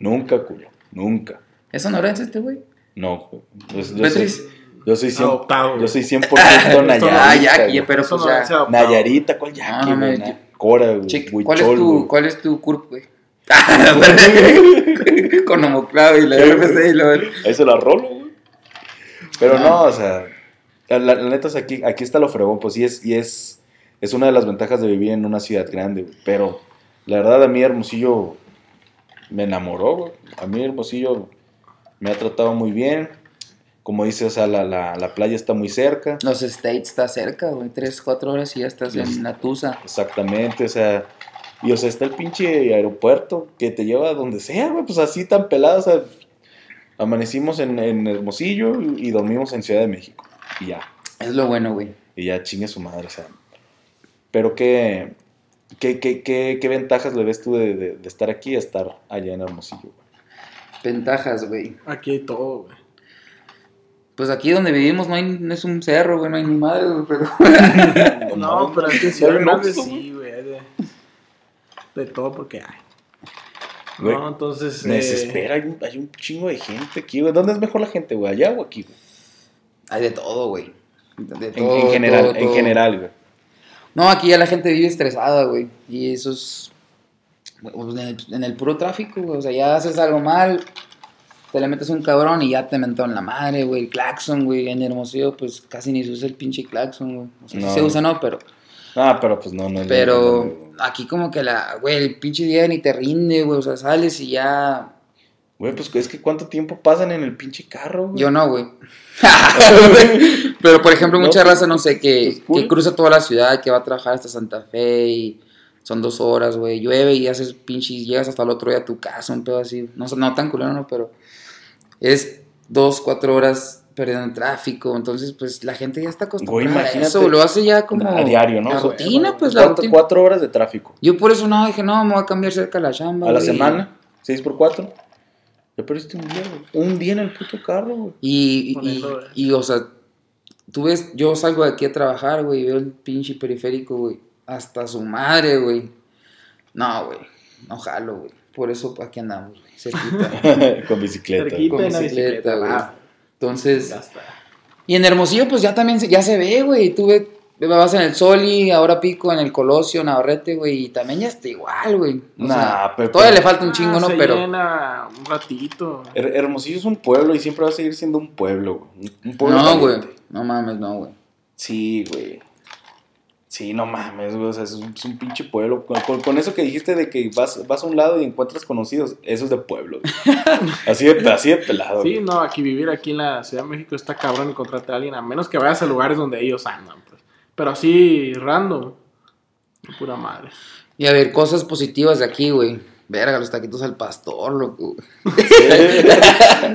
[SPEAKER 1] Nunca, culo. Nunca.
[SPEAKER 2] ¿Es sonorense este, güey?
[SPEAKER 1] No, güey. Yo- yo soy-
[SPEAKER 2] Beatriz.
[SPEAKER 1] Yo soy 100%,
[SPEAKER 3] Adoptado.
[SPEAKER 1] yo soy 100%
[SPEAKER 2] Ah,
[SPEAKER 1] Nayarita.
[SPEAKER 2] Jackie,
[SPEAKER 1] güey.
[SPEAKER 2] ya, pero
[SPEAKER 3] Eso
[SPEAKER 2] pues
[SPEAKER 3] no
[SPEAKER 2] ya.
[SPEAKER 3] se adoptado.
[SPEAKER 1] Nayarita, ¿cuál Jackie?
[SPEAKER 2] No, no,
[SPEAKER 1] güey?
[SPEAKER 2] no,
[SPEAKER 1] Na- Cora, güey.
[SPEAKER 2] Chic, ¿cuál, es
[SPEAKER 1] Huichol,
[SPEAKER 2] tu,
[SPEAKER 1] güey.
[SPEAKER 2] ¿Cuál es tu CURP, güey? Ah, Con homoclave y la RFC y la...
[SPEAKER 1] Ahí se la rolo, güey. Ah. Pero no, o sea, la, la- la neta es aquí, aquí está lo fregón, pues, y es, y es, es una de las ventajas de vivir en una ciudad grande, güey. Pero la verdad a mí Hermosillo me enamoró, güey. A mí Hermosillo me ha tratado muy bien. Como dices, o sea, la, la, la playa está muy cerca.
[SPEAKER 2] Los States está cerca, güey. Tres, cuatro horas y ya estás en la Tusa.
[SPEAKER 1] Exactamente, o sea. Y o sea, está el pinche aeropuerto que te lleva a donde sea, güey, pues así tan pelado, o sea. Amanecimos en, en Hermosillo y dormimos en Ciudad de México. Y ya.
[SPEAKER 2] Es lo bueno, güey.
[SPEAKER 1] Y ya chingue su madre, o sea. Pero qué, qué, qué, qué, qué ventajas le ves tú de, de- de estar aquí a estar allá en Hermosillo, güey.
[SPEAKER 2] Ventajas, güey.
[SPEAKER 3] Aquí hay todo, güey.
[SPEAKER 2] Pues aquí donde vivimos no, hay, no es un cerro, güey. No hay ni madre, güey. Pero...
[SPEAKER 3] No, pero aquí en
[SPEAKER 1] Ya
[SPEAKER 3] Ciudad
[SPEAKER 1] ven
[SPEAKER 3] Grande
[SPEAKER 1] Oxxo,
[SPEAKER 3] sí, güey. hay De, de todo porque hay.
[SPEAKER 1] Güey,
[SPEAKER 3] No, entonces.
[SPEAKER 1] Me
[SPEAKER 3] eh,
[SPEAKER 1] desespera, hay un, hay un chingo de gente aquí, güey. ¿Dónde es mejor la gente, güey? ¿Allá o aquí, güey?
[SPEAKER 2] Hay de todo, güey. De
[SPEAKER 1] En,
[SPEAKER 2] todo,
[SPEAKER 1] en general,
[SPEAKER 2] todo,
[SPEAKER 1] en
[SPEAKER 2] todo.
[SPEAKER 1] general, güey.
[SPEAKER 2] No, aquí ya la gente vive estresada, güey. Y eso es. güey, En el, en el puro tráfico, güey. O sea, ya haces algo mal, te le metes un cabrón y ya te mentó en la madre, güey. El claxon, güey. En Hermosillo, pues casi ni se usa el pinche claxon, güey. O sea, sí
[SPEAKER 1] No.
[SPEAKER 2] se usa, no, pero.
[SPEAKER 1] Ah, pero pues no, no es no, no,
[SPEAKER 2] Pero
[SPEAKER 1] no.
[SPEAKER 2] aquí, como que la. Güey, el pinche día ni te rinde, güey. O sea, sales y ya.
[SPEAKER 1] Güey, pues es que cuánto tiempo pasan en el pinche carro, güey.
[SPEAKER 2] Yo no, güey. Pero por ejemplo,
[SPEAKER 1] No,
[SPEAKER 2] mucha raza, no sé,
[SPEAKER 1] pues,
[SPEAKER 2] que,
[SPEAKER 1] cool.
[SPEAKER 2] que cruza toda la ciudad, que va a trabajar hasta Santa Fe y son dos horas, güey. Llueve y haces pinches, llegas hasta el otro día a tu casa, un pedo así. No, sé, no tan culero, no, pero es dos, cuatro horas perdiendo en tráfico. Entonces, pues la gente ya está acostumbrada a
[SPEAKER 1] imagínate.
[SPEAKER 2] eso. Lo hace ya como
[SPEAKER 1] A diario, ¿no?
[SPEAKER 2] La
[SPEAKER 1] O sea,
[SPEAKER 2] rutina,
[SPEAKER 3] güey,
[SPEAKER 2] pues la
[SPEAKER 1] Cuatro,
[SPEAKER 2] rutina.
[SPEAKER 1] cuatro horas de tráfico.
[SPEAKER 2] Yo por eso no dije, no, me voy a cambiar cerca de la chamba.
[SPEAKER 1] A la
[SPEAKER 2] güey.
[SPEAKER 1] semana, 6 por 4 Ya perdiste un día, güey. Un día en el puto carro, güey.
[SPEAKER 2] Y,
[SPEAKER 3] Con
[SPEAKER 2] y-
[SPEAKER 3] eso, eh. güey.
[SPEAKER 2] y, o sea, tú ves, yo salgo de aquí a trabajar, güey, y veo el pinche periférico, güey, hasta su madre, güey. No, güey, no jalo, güey. Por eso aquí andamos, güey, cerquita.
[SPEAKER 1] Con bicicleta.
[SPEAKER 3] Cerquita
[SPEAKER 2] Con
[SPEAKER 3] en la
[SPEAKER 2] bicicleta,
[SPEAKER 3] bicicleta,
[SPEAKER 2] güey.
[SPEAKER 3] va.
[SPEAKER 2] Entonces,
[SPEAKER 3] Ya está.
[SPEAKER 2] y en Hermosillo, pues ya también se, ya se ve, güey. Tú ve, vas en el Soli, ahora pico en el Colosio, Navarrete, güey, y también ya está igual, güey. O
[SPEAKER 1] Nah,
[SPEAKER 2] sea,
[SPEAKER 1] pero-
[SPEAKER 2] todavía le falta un chingo,
[SPEAKER 3] Ah,
[SPEAKER 2] ¿no?
[SPEAKER 3] se
[SPEAKER 2] Pero
[SPEAKER 3] llena un ratito.
[SPEAKER 1] Her- Hermosillo es un pueblo y siempre va a seguir siendo un pueblo, güey. Un- Un pueblo
[SPEAKER 2] no, güey,
[SPEAKER 1] caliente.
[SPEAKER 2] no mames, no, güey.
[SPEAKER 1] Sí, güey. Sí, no mames, güey. O sea, es un, es un pinche pueblo. Con, con- con eso que dijiste de que vas, vas a un lado y encuentras conocidos, eso es de pueblo. güey. así, de, así de pelado.
[SPEAKER 3] Sí,
[SPEAKER 1] güey.
[SPEAKER 3] no, aquí vivir aquí en la Ciudad de México está cabrón encontrarte a alguien, a menos que vayas a lugares donde ellos andan, pues. Pero así, random. Pura madre.
[SPEAKER 2] Y a ver, cosas positivas de aquí, güey. Verga, los taquitos al pastor, loco. güey.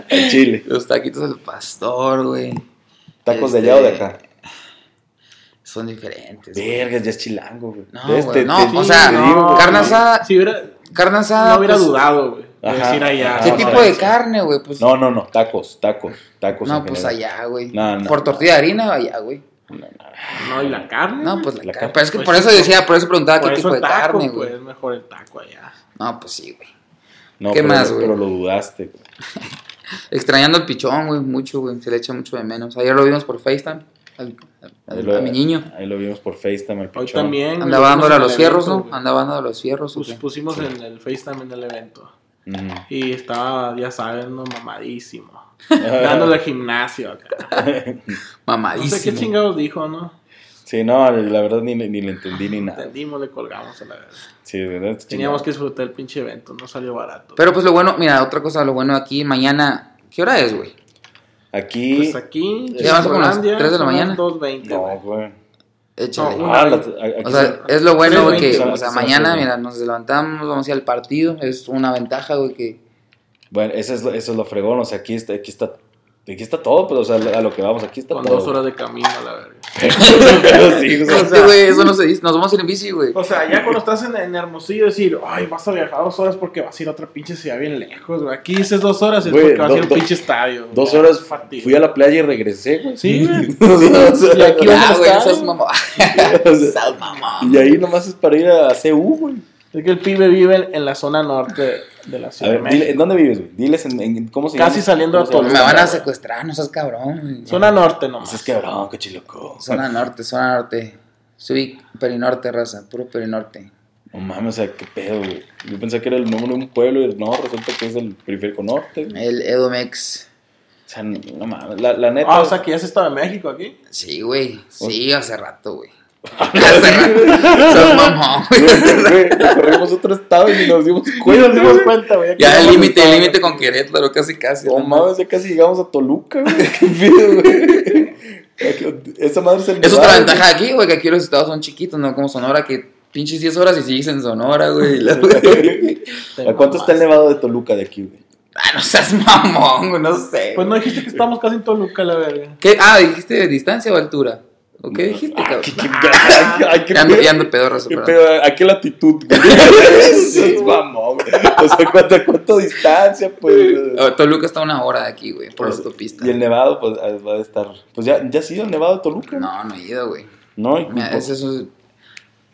[SPEAKER 1] En Chile.
[SPEAKER 2] Los taquitos al pastor, güey.
[SPEAKER 1] Tacos de
[SPEAKER 2] Este-
[SPEAKER 1] allá o de acá.
[SPEAKER 2] Son diferentes. güey.
[SPEAKER 1] Este, Vergas, ya es chilango, güey.
[SPEAKER 2] No,
[SPEAKER 1] ¿Ves?
[SPEAKER 2] güey,
[SPEAKER 1] Te-
[SPEAKER 2] no,
[SPEAKER 1] te-
[SPEAKER 2] o sea,
[SPEAKER 1] te digo, güey.
[SPEAKER 2] carne asada-
[SPEAKER 3] Si hubiera,
[SPEAKER 2] Carne asada.
[SPEAKER 3] no hubiera
[SPEAKER 2] pues,
[SPEAKER 3] dudado, güey. de
[SPEAKER 1] Ajá.
[SPEAKER 3] decir allá.
[SPEAKER 2] ¿Qué
[SPEAKER 1] Ah,
[SPEAKER 2] tipo
[SPEAKER 1] vale.
[SPEAKER 2] de carne, güey? Pues, no,
[SPEAKER 1] No, no, no. Tacos, tacos, tacos. en
[SPEAKER 2] pues
[SPEAKER 1] general.
[SPEAKER 2] allá, güey.
[SPEAKER 1] No, no.
[SPEAKER 2] Por tortilla de harina, allá, güey.
[SPEAKER 3] No, y la carne.
[SPEAKER 2] No,
[SPEAKER 3] güey?
[SPEAKER 2] pues la,
[SPEAKER 1] La
[SPEAKER 2] carne.
[SPEAKER 1] carne.
[SPEAKER 2] Pero es que
[SPEAKER 3] Pues
[SPEAKER 2] por
[SPEAKER 3] sí,
[SPEAKER 2] eso
[SPEAKER 3] pues,
[SPEAKER 2] decía, por eso preguntaba
[SPEAKER 3] Por
[SPEAKER 2] qué
[SPEAKER 3] eso
[SPEAKER 2] tipo de
[SPEAKER 3] el taco,
[SPEAKER 2] carne,
[SPEAKER 3] pues,
[SPEAKER 2] güey.
[SPEAKER 3] es mejor el taco allá.
[SPEAKER 2] No, pues sí, güey.
[SPEAKER 1] No,
[SPEAKER 2] ¿Qué
[SPEAKER 1] pero-
[SPEAKER 2] más, güey?
[SPEAKER 1] Pero lo dudaste, güey.
[SPEAKER 2] Extrañando el pichón, güey, mucho, güey. Se le echa mucho de menos. Ayer lo vimos por FaceTime. Al, al-
[SPEAKER 1] Ahí
[SPEAKER 2] al-
[SPEAKER 1] lo-
[SPEAKER 2] a mi niño.
[SPEAKER 1] Ahí lo vimos por FaceTime. al
[SPEAKER 3] Hoy
[SPEAKER 1] pichón.
[SPEAKER 3] también. güey,
[SPEAKER 2] Andaba
[SPEAKER 3] vimos
[SPEAKER 2] dándole a
[SPEAKER 3] en
[SPEAKER 2] los
[SPEAKER 3] el
[SPEAKER 2] fierros,
[SPEAKER 3] evento,
[SPEAKER 2] ¿no?
[SPEAKER 3] güey. Pues,
[SPEAKER 2] Andaba dándole a los fierros. ¿o
[SPEAKER 3] Pus-
[SPEAKER 2] qué?
[SPEAKER 3] pusimos en el FaceTime en el evento.
[SPEAKER 1] Ujú.
[SPEAKER 3] Y estaba, ya saben, no, mamadísimo.
[SPEAKER 2] Eh.
[SPEAKER 3] Dándole al gimnasio acá. No
[SPEAKER 2] Mamadísimo.
[SPEAKER 3] sé qué chingados dijo, ¿no?
[SPEAKER 1] Sí, no, la verdad ni, le- ni le entendí ni nada.
[SPEAKER 3] Entendimos, le colgamos a la vez.
[SPEAKER 1] Sí, de verdad. es
[SPEAKER 3] Teníamos
[SPEAKER 1] chingado.
[SPEAKER 3] que disfrutar el pinche evento, no salió barato.
[SPEAKER 2] Pero pues lo bueno, mira, otra cosa, lo bueno aquí, mañana, ¿qué hora es, güey?
[SPEAKER 1] Aquí.
[SPEAKER 3] pues aquí,
[SPEAKER 2] Ya van como las
[SPEAKER 3] Chilangolandia,
[SPEAKER 2] 3 de la
[SPEAKER 3] son las
[SPEAKER 2] mañana.
[SPEAKER 3] 2.20,
[SPEAKER 1] No,
[SPEAKER 3] güey.
[SPEAKER 1] güey.
[SPEAKER 2] Échale.
[SPEAKER 3] No, una
[SPEAKER 1] Ah, la-
[SPEAKER 3] vez.
[SPEAKER 1] a- aquí
[SPEAKER 2] o sea,
[SPEAKER 1] son-
[SPEAKER 2] es lo bueno, güey,
[SPEAKER 3] Tres
[SPEAKER 2] que,
[SPEAKER 1] veinte.
[SPEAKER 2] o sea,
[SPEAKER 1] Son las
[SPEAKER 2] mañana,
[SPEAKER 1] tres,
[SPEAKER 2] mira, nos levantamos, vamos a ir al partido, es una ventaja, güey, que...
[SPEAKER 1] Bueno, eso es, lo, eso es lo fregón. O sea, aquí está, aquí está, aquí está todo, pero o sea, a lo que vamos, aquí está
[SPEAKER 3] Con
[SPEAKER 1] todo.
[SPEAKER 3] dos horas de camino, a la verga.
[SPEAKER 1] Pero sí, o sea,
[SPEAKER 2] Este, güey, eso no se dice, nos vamos a ir en bici, güey.
[SPEAKER 3] O sea, ya cuando estás en, en Hermosillo, decir, ay, vas a viajar dos horas porque vas a ir a otra pinche ciudad bien lejos, güey. Aquí dices dos horas, es
[SPEAKER 1] Güey,
[SPEAKER 3] porque vas a ir a un
[SPEAKER 1] do- do-
[SPEAKER 3] pinche estadio.
[SPEAKER 1] dos
[SPEAKER 3] güey.
[SPEAKER 1] horas
[SPEAKER 3] Fatiga.
[SPEAKER 1] fui a la playa y regresé, güey.
[SPEAKER 3] Sí, güey.
[SPEAKER 1] O sea,
[SPEAKER 3] Y aquí
[SPEAKER 2] Ah,
[SPEAKER 3] vamos a
[SPEAKER 2] güey,
[SPEAKER 3] estar.
[SPEAKER 2] no seas mamá.
[SPEAKER 1] o sea,
[SPEAKER 2] Seas mamá.
[SPEAKER 1] y ahí nomás es para ir a CU, güey.
[SPEAKER 3] Es que el pibe vive en la zona norte de la
[SPEAKER 1] A
[SPEAKER 3] ciudad. de
[SPEAKER 1] ver, dile,
[SPEAKER 3] México.
[SPEAKER 1] ¿en dónde vives, güey? Diles en, en- cómo se
[SPEAKER 3] Casi saliendo
[SPEAKER 1] cómo
[SPEAKER 3] a
[SPEAKER 1] se llama?
[SPEAKER 2] Me van a secuestrar, no seas cabrón.
[SPEAKER 3] Zona norte
[SPEAKER 1] Pues
[SPEAKER 3] nomás.
[SPEAKER 1] es quebrón, cochiloco.
[SPEAKER 2] Zona norte, zona norte. Soy perinorte, raza, puro perinorte.
[SPEAKER 1] No mames, o sea, qué pedo, güey. Yo pensé que era el nombre de un pueblo y no, resulta que es el periférico norte. güey.
[SPEAKER 2] El Edomex.
[SPEAKER 1] O sea, no mames, la, la neta.
[SPEAKER 3] Ah, o sea que ya se estaba en México aquí.
[SPEAKER 2] Sí, güey. Sí, hace rato, güey. hace rato. Sos mamón, güey.
[SPEAKER 1] güey, recorrimos otro estado y ni nos dimos
[SPEAKER 3] Güey, nos
[SPEAKER 1] cuenta,
[SPEAKER 3] dimos
[SPEAKER 1] güey.
[SPEAKER 3] cuenta, güey.
[SPEAKER 2] Ya el
[SPEAKER 3] acabamos
[SPEAKER 2] límite,
[SPEAKER 3] de
[SPEAKER 2] el
[SPEAKER 3] estar.
[SPEAKER 2] límite con Querétaro, casi casi.
[SPEAKER 1] No
[SPEAKER 2] ¿no?
[SPEAKER 1] mames, ya casi llegamos a Toluca, güey. Qué pedo, güey. Esa madre es el.
[SPEAKER 2] Es otra
[SPEAKER 1] Nevada,
[SPEAKER 2] ventaja aquí, güey, que aquí los estados son chiquitos, no como Sonora, que pinches 10 horas y sigues en Sonora, güey. La-
[SPEAKER 1] güey.
[SPEAKER 3] Te
[SPEAKER 1] ¿A cuánto está el
[SPEAKER 3] mamaste.
[SPEAKER 1] nevado de Toluca de aquí, güey?
[SPEAKER 2] Ah, no seas mamón, güey, no sé.
[SPEAKER 3] Pues no dijiste que estamos casi en Toluca, la verga.
[SPEAKER 2] ¿Qué? Ah, dijiste de distancia o altura. ¿O qué dijiste,
[SPEAKER 1] Ah,
[SPEAKER 2] cabrón?
[SPEAKER 1] qué chingada. Ay, qué
[SPEAKER 2] Ya ando,
[SPEAKER 1] pedo.
[SPEAKER 2] ya ando pedorrazo,
[SPEAKER 1] ¿Qué
[SPEAKER 2] perdón.
[SPEAKER 1] pedo? ¿A qué latitud? güey? Sí, es mamón, güey. O sea, ¿cuánto, cuánto distancia, pues?
[SPEAKER 2] Oh, Toluca está a una hora de aquí, güey, por
[SPEAKER 1] Pues,
[SPEAKER 2] autopista.
[SPEAKER 1] Y el nevado, pues, ah, va a estar... Pues ya, ya ha sido el nevado de Toluca.
[SPEAKER 2] No, no he ido, güey.
[SPEAKER 1] No, y-
[SPEAKER 2] Mira, ese es su-